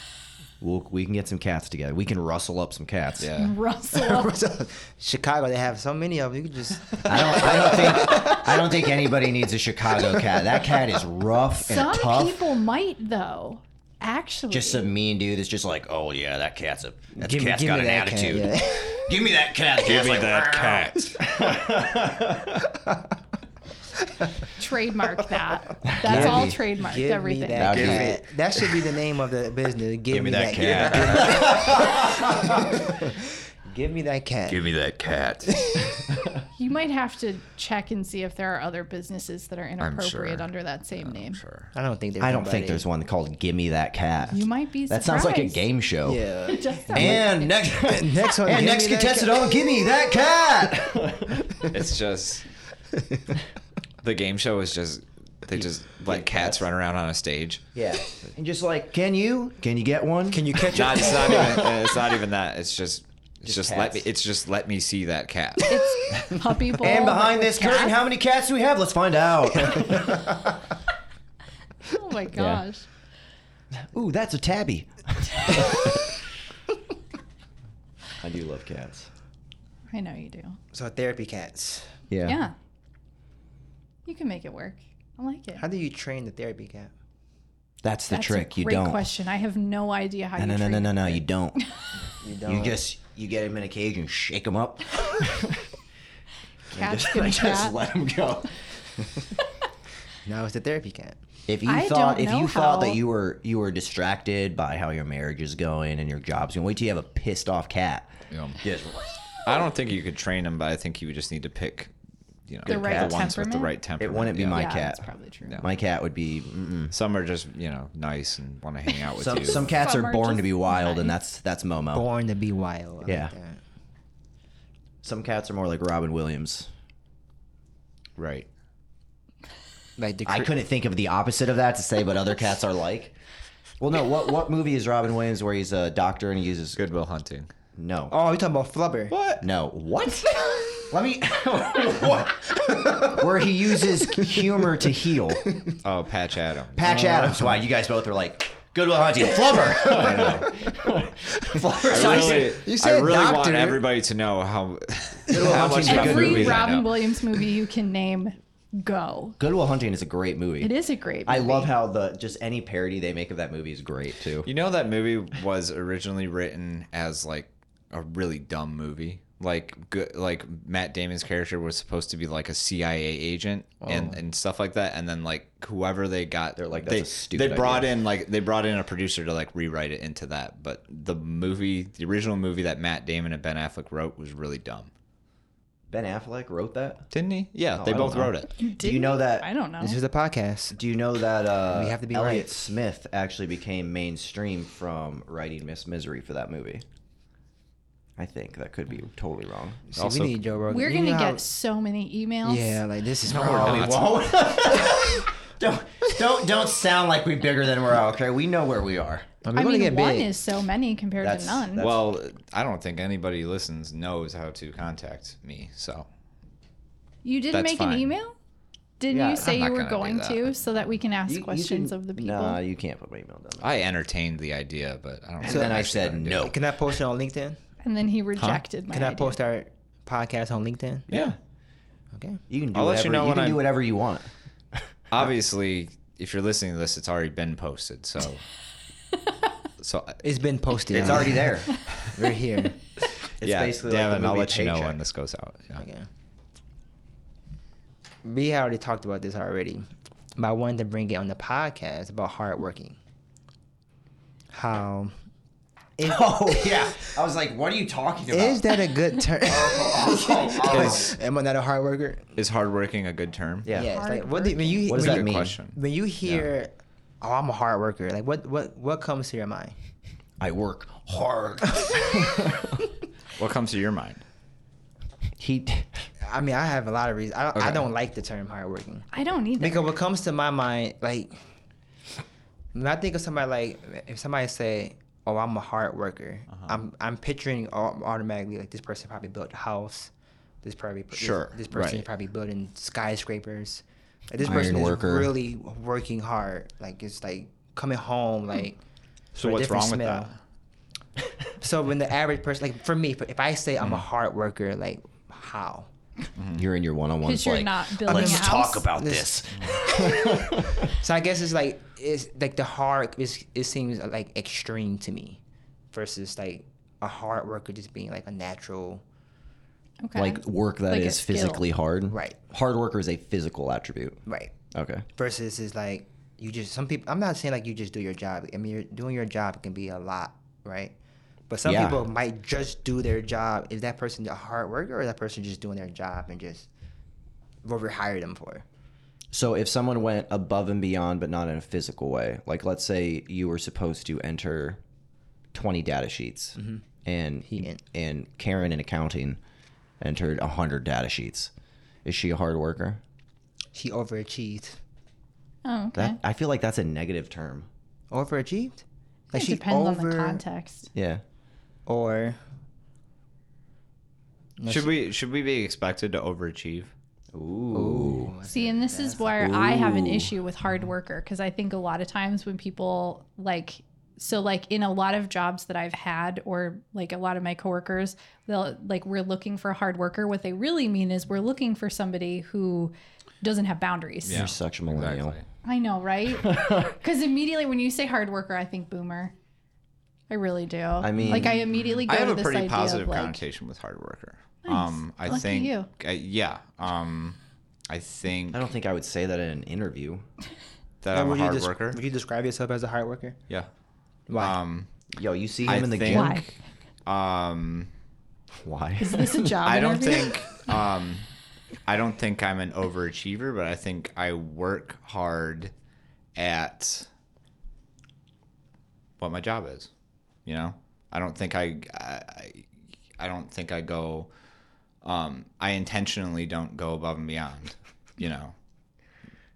Speaker 5: We'll, we can get some cats together. We can rustle up some cats.
Speaker 4: Yeah.
Speaker 3: Russell,
Speaker 2: Chicago, they have so many of them. You could just
Speaker 1: I don't, I don't think I don't think anybody needs a Chicago cat. That cat is rough and
Speaker 3: some
Speaker 1: tough.
Speaker 3: people might though. Actually,
Speaker 1: just some mean dude that's just like, oh yeah, that cat's a that
Speaker 2: give, me-
Speaker 1: cat's
Speaker 2: give
Speaker 1: got
Speaker 2: me
Speaker 1: an
Speaker 2: that cat,
Speaker 1: attitude.
Speaker 2: yeah.
Speaker 1: Give me that cat. Give me that cat.
Speaker 3: trademark that. That's all trademarked.
Speaker 2: Give me
Speaker 3: everything.
Speaker 2: that,
Speaker 5: That'd be-
Speaker 2: cat. that should be the name of the business. Give, me, that, cat. Give me that cat.
Speaker 4: me that cat.
Speaker 3: You might have to check and see if there are other businesses that are inappropriate
Speaker 4: sure.
Speaker 3: under that same name.
Speaker 4: sure.
Speaker 2: I don't think there's.
Speaker 5: I don't think
Speaker 2: nobody.
Speaker 5: there's one called "Gimme That Cat."
Speaker 3: You might be.
Speaker 1: That sounds like a
Speaker 3: surprised.
Speaker 1: game show.
Speaker 2: Yeah.
Speaker 3: It does sound
Speaker 1: And next,
Speaker 2: Next one.
Speaker 1: and
Speaker 2: give
Speaker 1: next
Speaker 2: me that
Speaker 1: contestant
Speaker 2: cat.
Speaker 1: on, give me that cat.
Speaker 4: It's just the game show is just they just let cats run around on a stage.
Speaker 1: yeah.
Speaker 5: And just like,
Speaker 1: Can you?
Speaker 5: can you get one?
Speaker 2: Can you catch
Speaker 4: Not,
Speaker 2: it?
Speaker 4: it's not even. It's not even that. It's just. It's just, let
Speaker 5: cats.
Speaker 4: me. It's just let me see that cat.
Speaker 3: it's puppy bowl.
Speaker 1: And
Speaker 3: but
Speaker 1: behind
Speaker 3: with
Speaker 1: this curtain,
Speaker 3: cats.
Speaker 1: how many cats do we have? Let's find out.
Speaker 3: Oh my gosh.
Speaker 1: Ooh, that's a tabby.
Speaker 5: I do love cats.
Speaker 3: I know you do.
Speaker 2: So therapy cats.
Speaker 5: Yeah.
Speaker 3: Yeah. You can make it work. I like it.
Speaker 2: How do you train the therapy cat?
Speaker 1: That's the
Speaker 3: That's a
Speaker 1: trick. You
Speaker 3: great
Speaker 1: don't.
Speaker 3: question. I have no idea how
Speaker 1: No,
Speaker 3: you
Speaker 1: no, no,
Speaker 3: train
Speaker 1: no, no,
Speaker 3: it.
Speaker 1: no. You don't.
Speaker 2: You
Speaker 1: You
Speaker 2: don't.
Speaker 1: just you get him in a cage and shake him up.
Speaker 3: cats
Speaker 5: Just,
Speaker 3: gonna
Speaker 5: just
Speaker 3: cat.
Speaker 5: let him go.
Speaker 2: now it's the therapy cat.
Speaker 1: If you
Speaker 3: I
Speaker 1: thought,
Speaker 3: don't
Speaker 1: if you
Speaker 3: know
Speaker 1: thought
Speaker 3: how-
Speaker 1: that you were you were distracted by how your marriage is going and your job's going, wait till you have a pissed off cat.
Speaker 4: Yeah.
Speaker 1: Just
Speaker 4: I don't think you could train them, but I think you would just need to pick, you know,
Speaker 3: The right
Speaker 4: ones with the
Speaker 3: temperament?
Speaker 4: right temperament.
Speaker 1: wouldn't be
Speaker 4: yeah.
Speaker 1: my
Speaker 3: yeah,
Speaker 1: cat.
Speaker 3: That's probably true.
Speaker 1: my cat would be. Mm-mm.
Speaker 4: Some are just you know nice and want to hang out with
Speaker 1: Some
Speaker 4: you.
Speaker 1: some cats
Speaker 3: Some
Speaker 1: are
Speaker 3: are
Speaker 1: born
Speaker 3: just
Speaker 1: to be wild, and
Speaker 3: nice.
Speaker 1: that's that's Momo.
Speaker 2: Born to be wild. I
Speaker 1: Yeah.
Speaker 2: Like that.
Speaker 1: Some cats are more like Robin Williams.
Speaker 4: right.
Speaker 2: Like the
Speaker 1: I
Speaker 2: cr-
Speaker 1: couldn't think of the opposite of that to say, but other cats are like.
Speaker 5: Well, no. What what movie is Robin Williams where he's a doctor and he uses
Speaker 4: Goodwill Hunting.
Speaker 5: no
Speaker 2: Oh, you're talking about flubber.
Speaker 4: What?
Speaker 5: no what?
Speaker 1: Let me. Where he uses humor to heal.
Speaker 4: Oh, Patch Adam.
Speaker 1: Patch Adams. Wow, you guys both are like Goodwill Hunting. Flubber. Flubber.
Speaker 4: I really,
Speaker 2: you said
Speaker 4: I really want
Speaker 2: doctor.
Speaker 4: everybody to know how, how much
Speaker 1: Hunting.
Speaker 4: about
Speaker 1: Every
Speaker 3: Every
Speaker 4: movies I
Speaker 3: Robin
Speaker 4: know.
Speaker 3: Williams movie you can name, go.
Speaker 5: Goodwill Hunting is a great movie.
Speaker 3: It is a great.
Speaker 5: I
Speaker 3: movie.
Speaker 5: love how the just any parody they make of that movie is great too.
Speaker 4: You know that movie was originally written as like a really dumb movie like good like Matt Damon's character was supposed to be like a CIA agent and and stuff like that and then like whoever they got they're
Speaker 1: like, Oh. "That's
Speaker 4: they,
Speaker 1: a stupid
Speaker 4: they brought
Speaker 1: idea."
Speaker 4: in like they brought in a producer to like rewrite it into that but the movie the original movie that Matt Damon and Ben Affleck wrote was really dumb
Speaker 1: Ben Affleck wrote that.
Speaker 4: didn't he yeah
Speaker 1: Oh,
Speaker 4: they
Speaker 1: I
Speaker 4: both
Speaker 1: don't know.
Speaker 4: wrote it
Speaker 1: Do you know that?
Speaker 3: I don't know.
Speaker 2: This is a podcast.
Speaker 1: Do you know that uh,
Speaker 2: We have to be
Speaker 1: Elliot
Speaker 2: right.
Speaker 1: Smith actually became mainstream from writing Miss Misery for that movie? I think that could be totally wrong.
Speaker 2: See,
Speaker 4: Also-
Speaker 2: we need Joe Rogan.
Speaker 3: We're
Speaker 2: You
Speaker 3: gonna
Speaker 2: know
Speaker 3: get
Speaker 2: how-
Speaker 3: so many emails.
Speaker 2: Yeah, like this is
Speaker 1: Oh,
Speaker 2: wrong.
Speaker 1: we
Speaker 4: not.
Speaker 1: won't.
Speaker 6: Don't don't don't sound like we bigger than we are. Okay, we know where we are.
Speaker 2: I
Speaker 3: I
Speaker 2: mean, we're gonna
Speaker 3: mean,
Speaker 2: get
Speaker 3: one
Speaker 2: big.
Speaker 3: is so many compared
Speaker 1: That's-
Speaker 3: to none.
Speaker 1: that's-
Speaker 4: well I don't think anybody listens knows how to contact me so
Speaker 3: you didn't
Speaker 4: that's
Speaker 3: make
Speaker 4: fine.
Speaker 3: an email. Didn't
Speaker 1: Yeah,
Speaker 3: you say
Speaker 4: I'm not
Speaker 3: you were
Speaker 4: gonna do
Speaker 3: going to,
Speaker 4: that.
Speaker 3: so that we can ask
Speaker 1: You- you
Speaker 3: questions
Speaker 1: can-
Speaker 3: of the people?
Speaker 1: Nah, you can't put my email down. there.
Speaker 4: I entertained the idea but I don't
Speaker 1: And then I said no.
Speaker 2: Can I post it on LinkedIn?
Speaker 3: and then he rejected my
Speaker 2: Can I
Speaker 3: idea.
Speaker 2: post our podcast on LinkedIn?
Speaker 4: yeah
Speaker 2: Okay.
Speaker 1: You can do
Speaker 4: I'll
Speaker 1: whatever
Speaker 4: let you
Speaker 1: you,
Speaker 4: know when
Speaker 1: can
Speaker 4: I'm-
Speaker 1: do whatever you want.
Speaker 4: obviously if you're listening to this it's already been posted so so
Speaker 2: It's been posted.
Speaker 1: It's already there.
Speaker 2: We're here.
Speaker 1: It's
Speaker 4: yeah
Speaker 1: basically like
Speaker 4: Devin
Speaker 1: the
Speaker 4: I'll
Speaker 1: movie
Speaker 4: let you know
Speaker 1: Paycheck.
Speaker 4: when this goes out yeah.
Speaker 2: Okay. We already talked about this already, but I wanted to bring it on the podcast about hardworking. How if-
Speaker 1: Oh yeah. I was like, what are you talking about?
Speaker 2: is that a good term?
Speaker 4: Is,
Speaker 2: Am I not a hard worker?
Speaker 4: is hardworking a good term?
Speaker 1: Yeah.
Speaker 2: Yeah. It's like, what do you, when you
Speaker 1: What does
Speaker 2: when
Speaker 1: that
Speaker 2: you-
Speaker 1: mean?
Speaker 4: Question.
Speaker 2: When you hear, "Oh, I'm a hard worker," like what what what comes to your mind?
Speaker 1: I work hard.
Speaker 4: What comes to your mind?
Speaker 1: he
Speaker 2: I mean, I have a lot of reasons. I don't, I
Speaker 4: Okay.
Speaker 2: don't like the term hardworking
Speaker 3: I don't either.
Speaker 2: because what comes to my mind, like when I think of somebody, like if somebody say, "Oh, I'm a hard worker,"
Speaker 4: Uh-huh.
Speaker 2: I'm I'm picturing au- automatically like this person probably built a house. This probably this-
Speaker 4: Sure,
Speaker 2: This, person
Speaker 4: right.
Speaker 2: probably building skyscrapers. Like, this
Speaker 1: Iron
Speaker 2: person
Speaker 1: worker.
Speaker 2: is really working hard. Like it's like coming home like.
Speaker 4: Hmm. So
Speaker 2: with a
Speaker 4: what's
Speaker 2: different
Speaker 4: wrong with that?
Speaker 2: So when the average person, like for me, if- if I say
Speaker 4: Hmm.
Speaker 2: I'm a hard worker, like how?
Speaker 1: You're in your one on one.
Speaker 3: because you're not building a house.
Speaker 1: about
Speaker 2: This- So I guess it's like it's like the hard is it seems uh, like extreme to me, versus like a hard worker just being like a natural.
Speaker 3: okay.
Speaker 1: like work that is
Speaker 3: Like a skill.
Speaker 1: physically hard.
Speaker 2: Right.
Speaker 1: Hard worker is a physical attribute.
Speaker 2: Right.
Speaker 1: Okay.
Speaker 2: Versus is like you just some people. I'm not saying like you just do your job. I mean, you're doing your job can be a lot, right? But some
Speaker 1: Yeah.
Speaker 2: people might just do their job. Is that person a hard worker or is that person just doing their job and just what we hired them for?
Speaker 1: So if someone went above and beyond, but not in a physical way, like let's say you were supposed to enter 20 data sheets and,
Speaker 2: en-
Speaker 1: and Karen in accounting entered 100 data sheets. Is she a hard worker?
Speaker 2: She overachieved.
Speaker 3: oh, okay.
Speaker 1: That I feel like that's a negative term.
Speaker 2: Overachieved?
Speaker 3: it depends on the context.
Speaker 1: Yeah.
Speaker 2: Or
Speaker 4: Should we should we be expected to overachieve?
Speaker 1: Ooh.
Speaker 3: See, and this is where I have an issue with hard worker because I think a lot of times when people like, so like in a lot of jobs that I've had, or like a lot of my coworkers, they'll like we're looking for a hard worker. What they really mean is we're looking for somebody who doesn't have boundaries.
Speaker 1: You're such a millennial.
Speaker 3: I know, right? Because immediately when you say hard worker, I think boomer. I really do. I
Speaker 1: mean,
Speaker 3: like I immediately go
Speaker 4: I have
Speaker 3: to
Speaker 4: a
Speaker 3: this
Speaker 4: pretty
Speaker 3: idea
Speaker 4: positive
Speaker 3: of like,
Speaker 4: connotation with hard worker. Um, I
Speaker 3: Lucky
Speaker 4: think
Speaker 3: you.
Speaker 4: I- yeah. Um, I think
Speaker 1: I don't think I would say that in an interview.
Speaker 4: that I'm a
Speaker 2: would you
Speaker 4: hard
Speaker 2: desc-
Speaker 4: worker.
Speaker 2: Would you describe yourself as a hard worker?
Speaker 4: Yeah.
Speaker 2: Why?
Speaker 4: Um,
Speaker 1: Yo, you see him
Speaker 4: I
Speaker 1: in the
Speaker 4: think-
Speaker 1: gym?
Speaker 3: why
Speaker 4: um,
Speaker 1: Why?
Speaker 3: is this a job?
Speaker 4: I don't
Speaker 3: interview?
Speaker 4: think um, I don't think I'm an overachiever, but I think I work hard at what my job is. You know, I don't think I I, I don't think I go. Um, I intentionally don't go above and beyond. You know,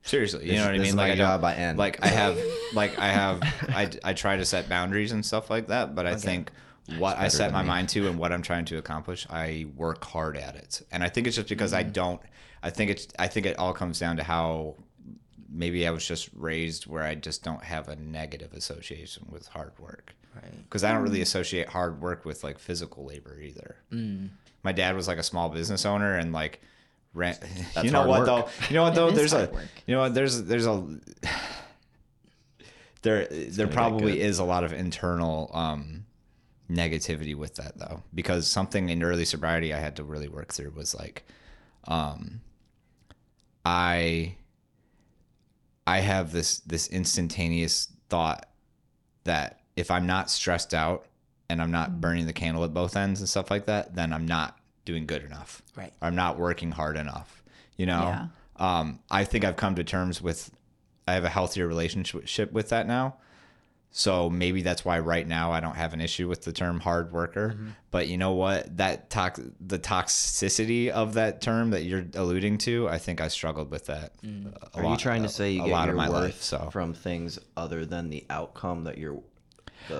Speaker 4: seriously, you
Speaker 1: This-
Speaker 4: know what I
Speaker 1: this
Speaker 4: mean.
Speaker 1: is my
Speaker 4: I
Speaker 1: job,
Speaker 4: don't-
Speaker 1: I end.
Speaker 4: Like I have, like I have, I, I try to set boundaries and stuff like that. But I think what I set my mind to and what I'm trying to accomplish, I work hard at it. And I think it's just because I don't. I think it's. I think it all comes down to how maybe I was just raised where I just don't have a negative association with hard work.
Speaker 2: Right.
Speaker 4: Because I don't really associate hard work with like physical labor either. My dad was like a small business owner and like ran. you know
Speaker 1: hard
Speaker 4: what
Speaker 1: work.
Speaker 4: though? You know what though?
Speaker 3: is
Speaker 4: There's a.
Speaker 3: hard work.
Speaker 4: You know what? There's there's a. There there
Speaker 1: get
Speaker 4: probably
Speaker 1: good.
Speaker 4: is a lot of internal um, negativity with that though, because something in early sobriety I had to really work through was like, um, I, I have this this instantaneous thought that if I'm not stressed out and I'm not burning the candle at both ends and stuff like that, then I'm not doing good enough.
Speaker 2: Right.
Speaker 4: I'm not working hard enough. You know.
Speaker 3: Yeah.
Speaker 4: Um, I think I've come to terms with. I have a healthier relationship with that now. So maybe that's why right now I don't have an issue with the term hard worker. But you know what? That tox the toxicity of that term that you're alluding to, I think I struggled with that. a
Speaker 1: Are you
Speaker 4: lot-
Speaker 1: trying
Speaker 4: a-
Speaker 1: to say you
Speaker 4: a
Speaker 1: get
Speaker 4: lot
Speaker 1: your
Speaker 4: of my
Speaker 1: worth
Speaker 4: life? So
Speaker 1: from things other than the outcome that you're?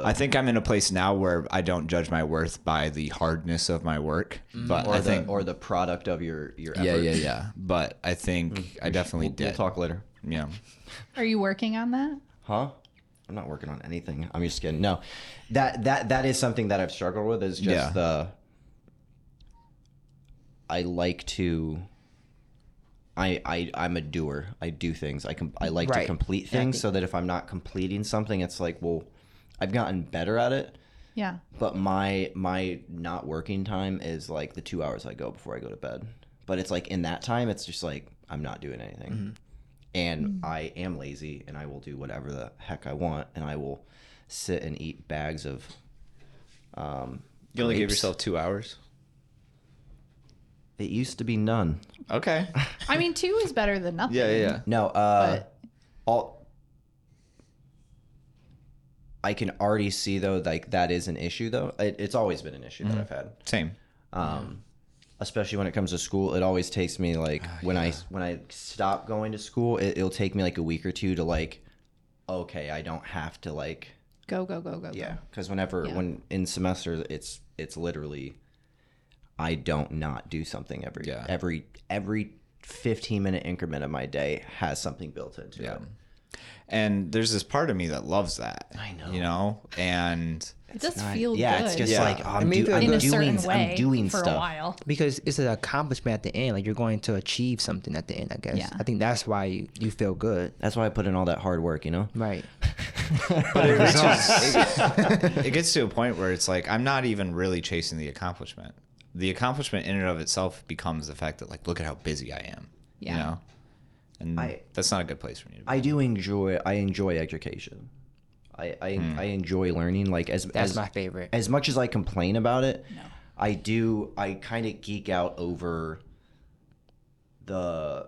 Speaker 4: I think I'm in a place now where I don't judge my worth by the hardness of my work, but
Speaker 1: Mm-hmm. Or
Speaker 4: I
Speaker 1: the,
Speaker 4: think
Speaker 1: or the product of your your effort. Mm.
Speaker 4: yeah, yeah, yeah. But I think I definitely
Speaker 1: We'll
Speaker 4: did.
Speaker 1: talk later.
Speaker 4: Yeah.
Speaker 3: Are you working on that?
Speaker 1: Huh? I'm not working on anything. I'm just kidding. No, that that that is something that I've struggled with. Is just
Speaker 4: Yeah.
Speaker 1: the. I like to. I I I'm a doer. I do things. I com- I like to
Speaker 2: Right.
Speaker 1: complete things so that if I'm not completing something, it's like well, I've gotten better at it.
Speaker 3: Yeah.
Speaker 1: But my my not working time is like the two hours I go before I go to bed. But it's like in that time, it's just like I'm not doing anything, and I am lazy, and I will do whatever the heck I want, and I will sit and eat bags of. Um,
Speaker 4: You only gave
Speaker 1: grapes.
Speaker 4: yourself two hours.
Speaker 1: It used to be none.
Speaker 4: Okay.
Speaker 3: I mean, two is better than nothing.
Speaker 4: Yeah, yeah, yeah.
Speaker 1: No, uh,
Speaker 3: But-
Speaker 1: all. I can already see though, like that is an issue though. It, it's always been an issue that I've had.
Speaker 4: Same.
Speaker 1: um, especially when it comes to school it always takes me like when i when i stop going to school it, it'll take me like a week or two to like okay i don't have to like
Speaker 3: Go, go, go, go,
Speaker 1: yeah
Speaker 3: go.
Speaker 1: because whenever
Speaker 3: Yeah.
Speaker 1: when in semesters it's it's literally i don't not do something every
Speaker 4: Yeah.
Speaker 1: every every 15 minute increment of my day has something built into it
Speaker 4: And there's this part of me that loves that.
Speaker 1: I know.
Speaker 4: You know? And
Speaker 3: It does feel
Speaker 1: yeah
Speaker 3: good.
Speaker 1: it's just
Speaker 4: Yeah.
Speaker 1: like oh, i'm,
Speaker 2: mean,
Speaker 1: do,
Speaker 2: if it-
Speaker 1: I'm
Speaker 3: in a
Speaker 1: doing
Speaker 3: certain way
Speaker 1: i'm doing
Speaker 3: for a
Speaker 1: stuff
Speaker 3: while.
Speaker 2: because it's an accomplishment at the end. Like you're going to achieve something at the end. I guess.
Speaker 3: Yeah.
Speaker 2: I think that's why you, you feel good.
Speaker 1: that's why i put in all that hard work you know
Speaker 2: Right.
Speaker 4: but it, reaches- it- it gets to a point where it's like I'm not even really chasing the accomplishment. The accomplishment in and of itself becomes the fact that like look at how busy I am.
Speaker 3: Yeah.
Speaker 4: You know? And
Speaker 1: I-
Speaker 4: that's not a good place for me to be.
Speaker 1: I do enjoy I enjoy education. I I, I enjoy learning like as
Speaker 2: That's
Speaker 1: as
Speaker 2: my favorite.
Speaker 1: as much as I complain about it. I do I kind of geek out over the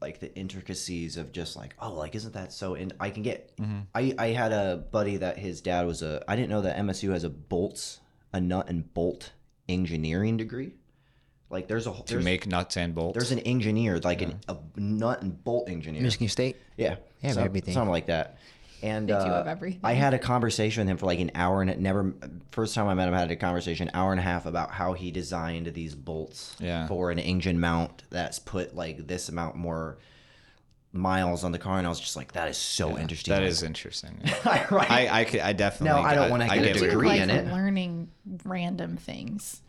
Speaker 1: like the intricacies of just like oh like isn't that so and I can get
Speaker 4: Hmm. Mm-hmm.
Speaker 1: I I had a buddy that his dad was a I didn't know that MSU has a bolts a nut and bolt engineering degree. Like there's a whole
Speaker 4: to
Speaker 1: there's,
Speaker 4: make nuts and bolts.
Speaker 1: there's an engineer like an, a nut and bolt engineer.
Speaker 2: Michigan State.
Speaker 1: Yeah,
Speaker 2: They have
Speaker 1: some-
Speaker 2: everything.
Speaker 1: something like that. And
Speaker 3: do
Speaker 1: uh,
Speaker 3: have everything.
Speaker 1: I had a conversation with him for like an hour, and it never. First time I met him, I had a conversation, hour and a half, about how he designed these bolts
Speaker 4: Yeah.
Speaker 1: for an engine mount that's put like this amount more miles on the car, and I was just like, that is so interesting.
Speaker 4: that is interesting.
Speaker 1: right.
Speaker 4: I, I, could, I definitely
Speaker 1: No, I don't wanna get a
Speaker 4: what you're
Speaker 1: degree in
Speaker 4: saying.
Speaker 3: like
Speaker 1: it.
Speaker 3: learning random things.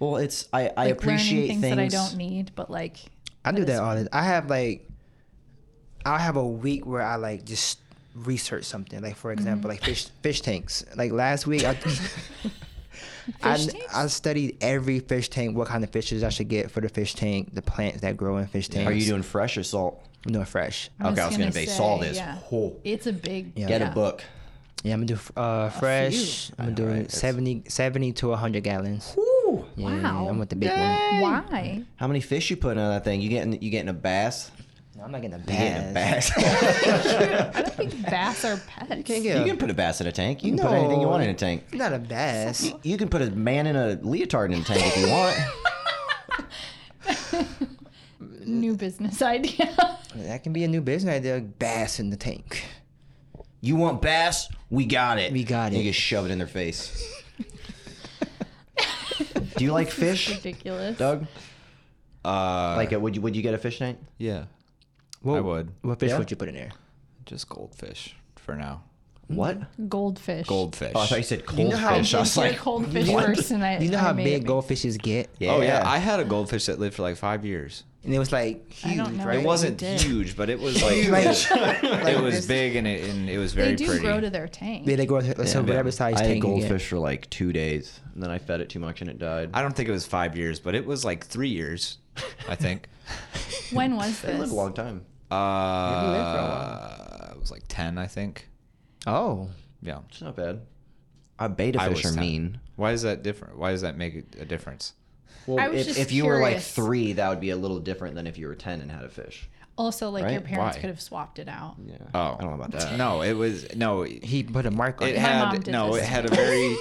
Speaker 1: well, it's I I
Speaker 3: Like
Speaker 1: appreciate
Speaker 3: learning things, that I don't need, but like
Speaker 2: I do that all the I have like, I'll have a week where I like just research something. Like for example, like fish fish tanks. Like last week, I, I,
Speaker 3: Fish tanks?
Speaker 2: I studied every fish tank. What kind of fishes I should get for the fish tank? The plants that grow in fish tanks.
Speaker 1: Are you doing fresh or salt?
Speaker 2: no fresh?
Speaker 3: I was
Speaker 1: okay, I was
Speaker 3: gonna
Speaker 1: gonna say
Speaker 3: say,
Speaker 1: salt is.
Speaker 3: yeah.
Speaker 1: whole.
Speaker 3: it's a big yeah.
Speaker 1: Get a book.
Speaker 2: Yeah, I'm gonna do uh,
Speaker 3: Oh,
Speaker 2: fresh. I'm gonna do
Speaker 1: know, right? It's-
Speaker 2: 70, 70 to hundred gallons.
Speaker 1: Woo!
Speaker 2: Yeah,
Speaker 3: Wow.
Speaker 2: I'm with the big
Speaker 3: Why?
Speaker 1: How many fish you putting on that thing? You getting you getting a bass?
Speaker 2: one. No, I'm not getting a
Speaker 1: You getting a
Speaker 2: bass.
Speaker 1: bass?
Speaker 3: I don't think bass are pets. You
Speaker 2: Can't get
Speaker 1: You
Speaker 2: a-
Speaker 1: can put a bass in a tank. You can put anything you want in a tank.
Speaker 2: Not a bass.
Speaker 1: You can put a man in a leotard in a tank if you want.
Speaker 3: New business idea.
Speaker 2: that can be a new business idea. Bass in the tank.
Speaker 1: You want bass? We got it.
Speaker 2: We got
Speaker 1: You
Speaker 2: it.
Speaker 1: just shove it in their face. Do you like fish,
Speaker 3: Ridiculous.
Speaker 1: Doug?
Speaker 4: Uh,
Speaker 1: Like, uh, would you would you get a fish tank?
Speaker 4: yeah,
Speaker 2: What,
Speaker 4: I would.
Speaker 2: What fish
Speaker 1: Yeah?
Speaker 2: would you put in there?
Speaker 4: Just goldfish for now.
Speaker 1: What?
Speaker 3: Goldfish.
Speaker 4: Goldfish.
Speaker 1: Oh, I thought you said cold
Speaker 2: know how
Speaker 1: fish. I was
Speaker 3: You're a
Speaker 1: like,
Speaker 3: goldfish person. I,
Speaker 2: You know
Speaker 3: I
Speaker 2: how
Speaker 3: made
Speaker 2: big
Speaker 3: it.
Speaker 2: goldfishes get?
Speaker 1: yeah.
Speaker 4: Oh yeah, I had a goldfish that lived for like five years.
Speaker 2: And it was like
Speaker 3: I
Speaker 2: huge,
Speaker 3: don't know.
Speaker 2: right?
Speaker 4: It wasn't
Speaker 3: did.
Speaker 4: huge, but it was like
Speaker 2: Like-
Speaker 4: it was
Speaker 2: this-
Speaker 4: big and it, and it was very
Speaker 3: They do
Speaker 4: pretty.
Speaker 3: grow to their tank.
Speaker 2: Yeah, they grow so whatever size
Speaker 1: I had
Speaker 2: tank you get.
Speaker 1: goldfish for like two days, and then I fed it too much and it died.
Speaker 4: I don't think it was five years, but it was like three years, I think.
Speaker 3: when was
Speaker 1: They live
Speaker 3: this?
Speaker 1: a long time.
Speaker 4: uh, it was like ten, I think.
Speaker 2: Oh,
Speaker 4: Yeah.
Speaker 1: It's not bad. Uh, beta
Speaker 4: I
Speaker 1: fish
Speaker 4: was
Speaker 1: are
Speaker 4: ten.
Speaker 1: mean.
Speaker 4: Why is that different? Why does that make a difference?
Speaker 1: Well,
Speaker 3: I was
Speaker 1: if,
Speaker 3: just
Speaker 1: if you were like
Speaker 3: curious.
Speaker 1: three, that would be a little different than if you were ten and had a fish.
Speaker 3: Also, like your
Speaker 1: Right?
Speaker 3: parents
Speaker 4: Why?
Speaker 3: could have swapped it out.
Speaker 1: Yeah.
Speaker 4: Oh,
Speaker 1: I don't know about that.
Speaker 4: No, it was no.
Speaker 2: he put a mark on
Speaker 4: It
Speaker 2: it.
Speaker 3: mom
Speaker 4: had
Speaker 3: did
Speaker 4: no.
Speaker 3: this.
Speaker 4: It had a very.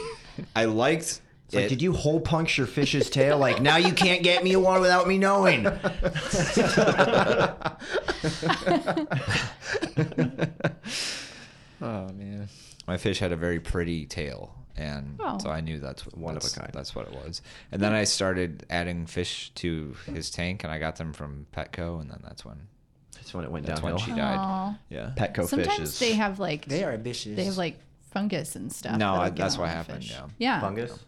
Speaker 4: I liked.
Speaker 7: It's like,
Speaker 4: it.
Speaker 7: did you hole punch your fish's tail? Like, now you can't get me one without me knowing.
Speaker 2: Oh man.
Speaker 4: my fish had a very pretty tail and
Speaker 3: Oh.
Speaker 4: so i knew that's what
Speaker 1: One of a
Speaker 4: that's-
Speaker 1: kind.
Speaker 4: that's what it was and then i started adding fish to his tank and i got them from petco and then that's when
Speaker 1: That's when it went
Speaker 4: that's when
Speaker 1: downhill.
Speaker 4: she died
Speaker 3: Aw.
Speaker 4: yeah
Speaker 1: Petco fish
Speaker 3: Sometimes
Speaker 1: is
Speaker 3: they have like
Speaker 2: They are ambitious.
Speaker 3: they have like fungus and stuff.
Speaker 4: No,
Speaker 3: that'll
Speaker 4: I-
Speaker 3: get
Speaker 4: that's
Speaker 3: on
Speaker 4: what
Speaker 3: the
Speaker 4: happened,
Speaker 3: fish.
Speaker 4: yeah.
Speaker 3: Yeah.
Speaker 1: fungus.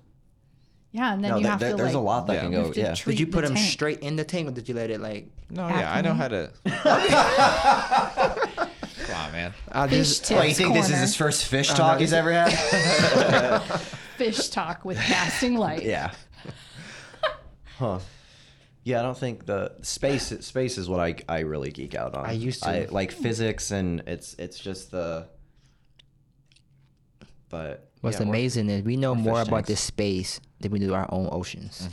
Speaker 3: Yeah, and then
Speaker 1: No,
Speaker 3: you
Speaker 1: there-
Speaker 3: have
Speaker 1: there-
Speaker 3: to
Speaker 1: there's a
Speaker 3: like-
Speaker 1: lot that
Speaker 4: Yeah.
Speaker 1: can
Speaker 4: You
Speaker 3: have
Speaker 1: go.
Speaker 3: to
Speaker 1: Yeah.
Speaker 3: treat-
Speaker 2: did you
Speaker 3: the
Speaker 2: put them
Speaker 3: tank.
Speaker 2: straight in the tank, or did you let it like?
Speaker 4: no yeah i know
Speaker 3: Acne.
Speaker 4: how to come on man
Speaker 2: I'll
Speaker 3: Fish
Speaker 2: just.
Speaker 3: tips
Speaker 7: Wait, you think
Speaker 3: corner.
Speaker 7: this is his first fish
Speaker 1: Uh-huh.
Speaker 7: talk he's ever had?
Speaker 3: fish talk with casting light?
Speaker 1: Yeah. huh. Yeah, I don't think the space space is what I, I really geek out on.
Speaker 2: I used to.
Speaker 1: like physics and it's it's just the but
Speaker 2: What's
Speaker 1: yeah, we're-
Speaker 2: amazing is we know more
Speaker 1: fish
Speaker 2: about
Speaker 1: tanks. Mm-hmm.
Speaker 2: this space than we do our own oceans,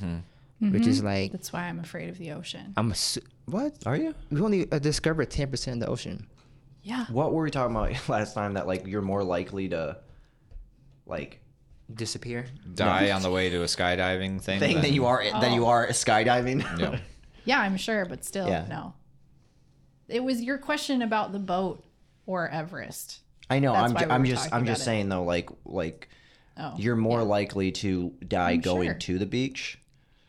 Speaker 2: which is like
Speaker 3: That's why I'm afraid of the ocean.
Speaker 2: I'm. Assu- what?
Speaker 1: Are you?
Speaker 2: We only uh, discovered ten percent of the ocean.
Speaker 3: Yeah.
Speaker 1: What were we talking about last time that like you're more likely to like
Speaker 2: Disappear.
Speaker 4: die on the way to a skydiving thing
Speaker 1: thing than you are than you are skydiving?
Speaker 4: yeah
Speaker 3: Yeah, I'm sure, but still,
Speaker 1: Yeah.
Speaker 3: no. It was your question about the boat or Everest.
Speaker 1: I know.
Speaker 3: That's
Speaker 1: I'm
Speaker 3: why
Speaker 1: ju-
Speaker 3: we
Speaker 1: I'm
Speaker 3: were
Speaker 1: just
Speaker 3: talking
Speaker 1: I'm just
Speaker 3: about it.
Speaker 1: saying though like like
Speaker 3: Oh.
Speaker 1: you're more likely to die
Speaker 3: I'm
Speaker 1: going
Speaker 3: sure.
Speaker 1: to the beach.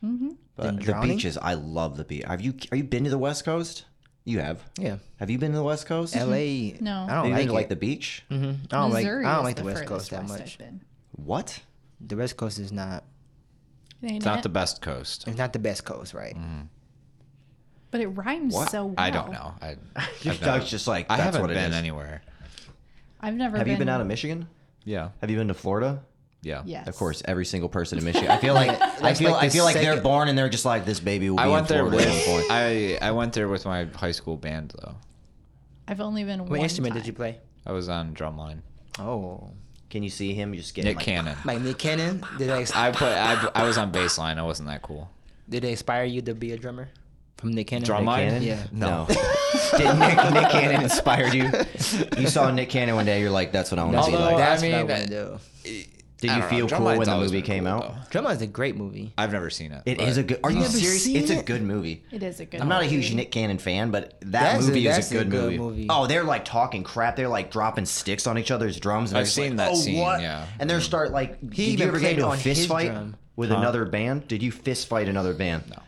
Speaker 2: Than
Speaker 1: But the
Speaker 2: drowning?
Speaker 1: beaches, I love the beach. Have you are you been to the West Coast? You have.
Speaker 2: Yeah.
Speaker 1: Have you been to the West Coast? Have
Speaker 2: L.A.
Speaker 3: Mm-hmm. No.
Speaker 1: you
Speaker 2: I don't
Speaker 1: been
Speaker 2: like
Speaker 1: to
Speaker 2: it.
Speaker 1: like the beach?
Speaker 2: Mhm. I don't
Speaker 3: Missouri
Speaker 2: like. I don't
Speaker 3: is
Speaker 2: like the, West
Speaker 3: furthest
Speaker 2: Coast that
Speaker 3: west
Speaker 2: much.
Speaker 3: I've been.
Speaker 1: What?
Speaker 2: The West Coast is not.
Speaker 4: it's not the best coast
Speaker 2: It's not the best coast, right?
Speaker 1: Mm.
Speaker 3: but it rhymes
Speaker 1: What?
Speaker 3: so well.
Speaker 4: i don't know i
Speaker 1: Your
Speaker 4: I've never-
Speaker 1: dog's just like
Speaker 4: i
Speaker 1: that's
Speaker 4: haven't
Speaker 1: what it
Speaker 4: been
Speaker 1: is.
Speaker 4: anywhere
Speaker 3: I've never
Speaker 1: Have
Speaker 3: been.
Speaker 1: you been out of Michigan?
Speaker 4: yeah
Speaker 1: Have you been to Florida?
Speaker 4: yeah
Speaker 3: Yes.
Speaker 1: Of course, every single person in Michigan. I feel like I feel
Speaker 2: like
Speaker 1: I
Speaker 2: the
Speaker 1: feel like they're
Speaker 2: second-
Speaker 1: born and they're just like this baby will
Speaker 4: i
Speaker 1: be
Speaker 4: went
Speaker 1: in
Speaker 4: there
Speaker 1: Florida
Speaker 4: with
Speaker 1: at some point.
Speaker 4: i i went there with my high school band though
Speaker 3: I've only been
Speaker 2: What
Speaker 3: one
Speaker 2: instrument
Speaker 3: time.
Speaker 2: did you play?
Speaker 4: i was on drumline
Speaker 2: Oh,
Speaker 1: Can you see him just getting
Speaker 4: nick
Speaker 1: like,
Speaker 4: cannon
Speaker 2: like Nick Cannon. Did I?
Speaker 4: I play. I, I was on baseline. I wasn't that cool.
Speaker 2: Did they inspire you to be a drummer from Nick Cannon?
Speaker 4: Drumline?
Speaker 1: Cannon?
Speaker 2: Yeah.
Speaker 1: No. Did Nick, Nick Cannon inspired you? You saw Nick Cannon one day. You're like, that's what I want to be
Speaker 4: Although-
Speaker 1: like.
Speaker 2: That's
Speaker 4: I
Speaker 2: what I
Speaker 4: mean,
Speaker 2: want to do.
Speaker 1: Did
Speaker 4: I
Speaker 1: you
Speaker 4: don't
Speaker 1: feel
Speaker 4: know.
Speaker 1: cool when
Speaker 4: Drumline's
Speaker 1: the
Speaker 4: always
Speaker 1: movie
Speaker 4: been
Speaker 1: came
Speaker 4: cool,
Speaker 1: out?
Speaker 4: though.
Speaker 2: Drumline is a great movie.
Speaker 4: I've never seen it.
Speaker 1: It
Speaker 4: but
Speaker 1: is a good. Are you
Speaker 2: never
Speaker 1: serious?
Speaker 2: seen
Speaker 1: It's a
Speaker 2: it?
Speaker 1: good movie.
Speaker 3: It is a good.
Speaker 1: I'm not a huge
Speaker 3: movie.
Speaker 1: Nick Cannon fan, but that
Speaker 2: That's a-
Speaker 1: movie
Speaker 2: that's
Speaker 1: is a good, movie. Oh, they're like talking crap. They're like dropping sticks on each other's drums. And
Speaker 4: I've
Speaker 1: they're just
Speaker 4: seen
Speaker 1: like,
Speaker 4: that
Speaker 1: "Oh,
Speaker 4: scene,
Speaker 1: what?"
Speaker 4: yeah.
Speaker 1: and they start like. did you
Speaker 2: even
Speaker 1: ever get
Speaker 2: played
Speaker 1: into a
Speaker 2: on
Speaker 1: fist
Speaker 2: his
Speaker 1: fight
Speaker 2: drum.
Speaker 1: with another band? Did you fist fight another band? No.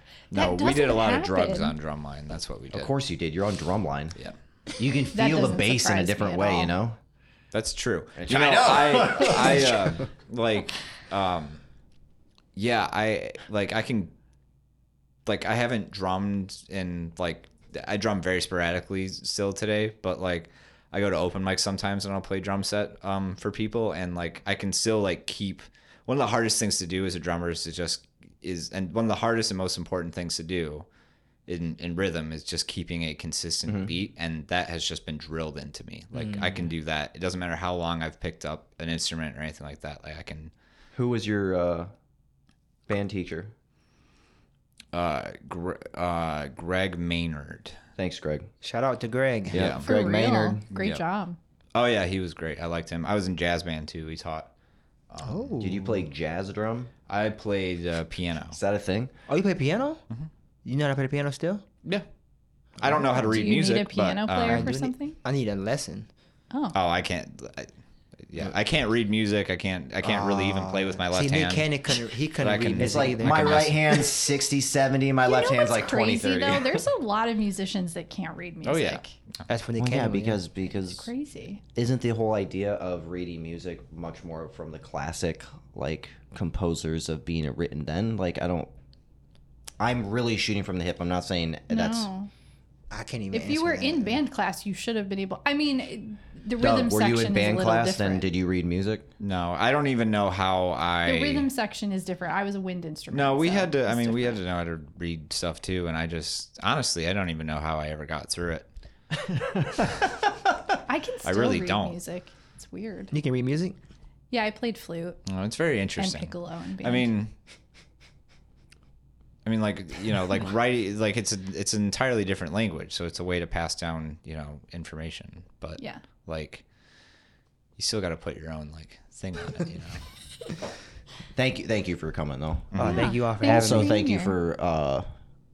Speaker 4: No,
Speaker 3: That
Speaker 4: we did a
Speaker 3: doesn't
Speaker 4: lot of drugs on
Speaker 3: happen.
Speaker 4: drumline. That's what we did.
Speaker 1: Of course you did. You're on drumline.
Speaker 4: Yeah.
Speaker 1: You can
Speaker 3: That
Speaker 1: feel the
Speaker 3: doesn't
Speaker 1: bass in
Speaker 3: surprise
Speaker 1: a
Speaker 3: me
Speaker 1: different
Speaker 3: at
Speaker 1: way.
Speaker 3: all.
Speaker 1: You know.
Speaker 4: That's true.
Speaker 1: It's-
Speaker 4: You
Speaker 1: I
Speaker 4: know,
Speaker 1: know.
Speaker 4: I, I uh, like, um, yeah, I like, I can, like, I haven't drummed in like, I drum very sporadically still today, but like, I go to open mics sometimes and I'll play drum set um for people, and like, I can still like keep. One of the hardest things to do as a drummer is to just is, and one of the hardest and most important things to do. In, in rhythm is just keeping a consistent
Speaker 3: Mm-hmm.
Speaker 4: beat and that has just been drilled into me like i
Speaker 3: Mm.
Speaker 4: can do that it doesn't matter how long i've picked up an instrument or anything like that like i can
Speaker 1: Who was your uh, band teacher?
Speaker 4: uh, Gre- uh greg maynard
Speaker 1: Thanks, Greg.
Speaker 2: Shout out to Greg.
Speaker 4: yeah
Speaker 3: For
Speaker 1: Greg
Speaker 3: real.
Speaker 1: Maynard.
Speaker 3: Great
Speaker 4: Yeah.
Speaker 3: job.
Speaker 4: oh yeah he was great i liked him i was in jazz band too he taught
Speaker 2: Oh.
Speaker 1: Did you play jazz drum?
Speaker 4: i played uh, piano
Speaker 1: Is that a thing?
Speaker 2: Oh, you play piano?
Speaker 4: Mm-hmm.
Speaker 2: You know how to play the piano still?
Speaker 4: yeah i don't know how to
Speaker 3: Do
Speaker 4: read
Speaker 3: you
Speaker 4: music
Speaker 3: need a piano
Speaker 4: but, uh,
Speaker 3: player
Speaker 2: do
Speaker 3: for
Speaker 2: need-
Speaker 3: something?
Speaker 2: I need a lesson.
Speaker 3: Oh,
Speaker 4: oh i can't I, yeah, I can't read music. I can't. I can't really even play with
Speaker 3: Ah.
Speaker 4: my left
Speaker 2: Ah. See, Nick
Speaker 4: hand.
Speaker 2: Cannon couldn't. He
Speaker 4: I
Speaker 2: couldn't
Speaker 4: can-
Speaker 2: read
Speaker 4: It's
Speaker 2: music
Speaker 8: It's like
Speaker 2: either.
Speaker 8: my right hand's 60, 70, my
Speaker 3: You
Speaker 8: left
Speaker 3: know
Speaker 8: hand's
Speaker 3: what's
Speaker 8: like 20, 30.
Speaker 3: crazy though? There's a lot of musicians that can't read music.
Speaker 4: Oh yeah.
Speaker 2: That's when they
Speaker 1: Well,
Speaker 2: can
Speaker 1: yeah, because because
Speaker 3: Crazy.
Speaker 1: isn't the whole idea of reading music much more from the classic like composers of being it written then? Like I don't I'm really shooting from the hip. I'm not saying that's
Speaker 3: No.
Speaker 2: I can't even.
Speaker 3: If you
Speaker 2: answer
Speaker 3: were
Speaker 2: that.
Speaker 3: in band class, you should have been able. I mean, it- the rhythm
Speaker 1: Doug, were
Speaker 3: section
Speaker 1: you in
Speaker 3: is a
Speaker 1: band
Speaker 3: little
Speaker 1: class
Speaker 3: different.
Speaker 1: then did you read music?
Speaker 4: No, I don't even know how I.
Speaker 3: the rhythm section is different. I was a wind instrument.
Speaker 4: No, we
Speaker 3: so
Speaker 4: had to. I
Speaker 3: it's
Speaker 4: mean, we had
Speaker 3: different.
Speaker 4: to know how to read stuff too, and I just honestly, I don't even know how I ever got through it.
Speaker 3: I can. Still
Speaker 4: really
Speaker 3: read
Speaker 4: don't.
Speaker 3: Music. It's weird.
Speaker 2: you can read music.
Speaker 3: Yeah, I played flute
Speaker 4: Oh, it's very
Speaker 3: and
Speaker 4: interesting.
Speaker 3: piccolo and band.
Speaker 4: I mean, I mean, like you know, like writing, like it's a, it's an entirely different language, so it's a way to pass down you know information, but
Speaker 3: yeah.
Speaker 4: like you still got to put your own like thing on it, you know.
Speaker 1: Thank you thank you for coming though.
Speaker 2: Oh,
Speaker 4: Mm-hmm.
Speaker 2: thank you all for
Speaker 3: Thanks.
Speaker 2: having
Speaker 1: Also
Speaker 3: being
Speaker 1: thank you
Speaker 3: here.
Speaker 1: for uh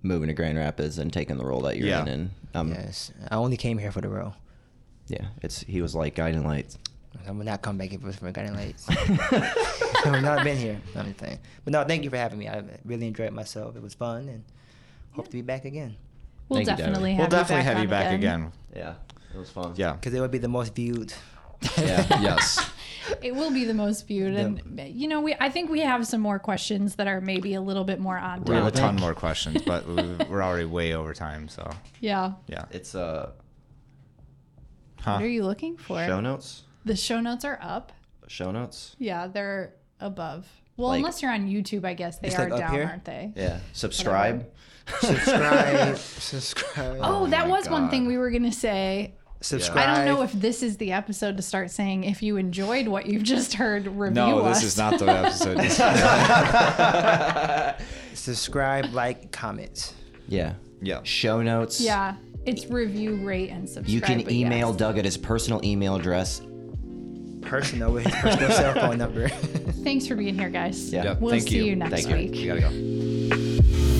Speaker 1: moving to Grand Rapids and taking the role that you're
Speaker 4: Yeah.
Speaker 1: in and um
Speaker 2: me. Yes, I only came here for the role.
Speaker 1: yeah, it's he was like guiding lights.
Speaker 2: I would not come back if it was for Guiding Lights. I would not have been here. Not anything. But no, thank you for having me. I really enjoyed myself. It was fun, and hope to be back again.
Speaker 3: We'll
Speaker 1: Thank you, Darren.
Speaker 3: definitely have
Speaker 4: We'll definitely
Speaker 3: you back
Speaker 4: have you
Speaker 3: on
Speaker 4: back again.
Speaker 1: Yeah. It was fun.
Speaker 4: Yeah.
Speaker 2: Because it would be the most viewed.
Speaker 1: Yeah.
Speaker 4: yes.
Speaker 3: It will be the most viewed, and you know, we I think we have some more questions that are maybe a little bit more on.
Speaker 4: We have a
Speaker 3: topic.
Speaker 4: ton more questions, but we- we're already way over time. So
Speaker 3: Yeah.
Speaker 4: yeah.
Speaker 1: It's uh
Speaker 4: Huh.
Speaker 3: What are you looking for?
Speaker 1: show notes?
Speaker 3: The show notes are up.
Speaker 1: Show notes?
Speaker 3: Yeah, they're above. Well,
Speaker 1: Like-
Speaker 3: unless you're on YouTube, I guess they
Speaker 2: It's,
Speaker 3: are
Speaker 2: like, up
Speaker 3: down,
Speaker 2: here?
Speaker 3: aren't they?
Speaker 1: Yeah. Subscribe.
Speaker 2: subscribe. subscribe.
Speaker 3: Oh, that
Speaker 4: my
Speaker 3: was one
Speaker 4: God.
Speaker 3: thing we were gonna say.
Speaker 2: subscribe.
Speaker 3: I don't know if this is the episode to start saying if you enjoyed what you've just heard, review
Speaker 4: No,
Speaker 3: us.
Speaker 4: this is not the episode.
Speaker 2: subscribe, like, comment.
Speaker 1: Yeah.
Speaker 4: yeah.
Speaker 1: Show notes.
Speaker 3: Yeah, it's review, rate, and subscribe.
Speaker 1: You can
Speaker 3: but yes.
Speaker 1: email Doug at his personal email address.
Speaker 2: Personal with his personal cell phone number.
Speaker 3: Thanks for being here, guys.
Speaker 1: Yeah.
Speaker 4: Yep.
Speaker 3: We'll
Speaker 4: Thank
Speaker 3: see you,
Speaker 4: you.
Speaker 3: next
Speaker 1: Thank you.
Speaker 3: week.
Speaker 4: You gotta go.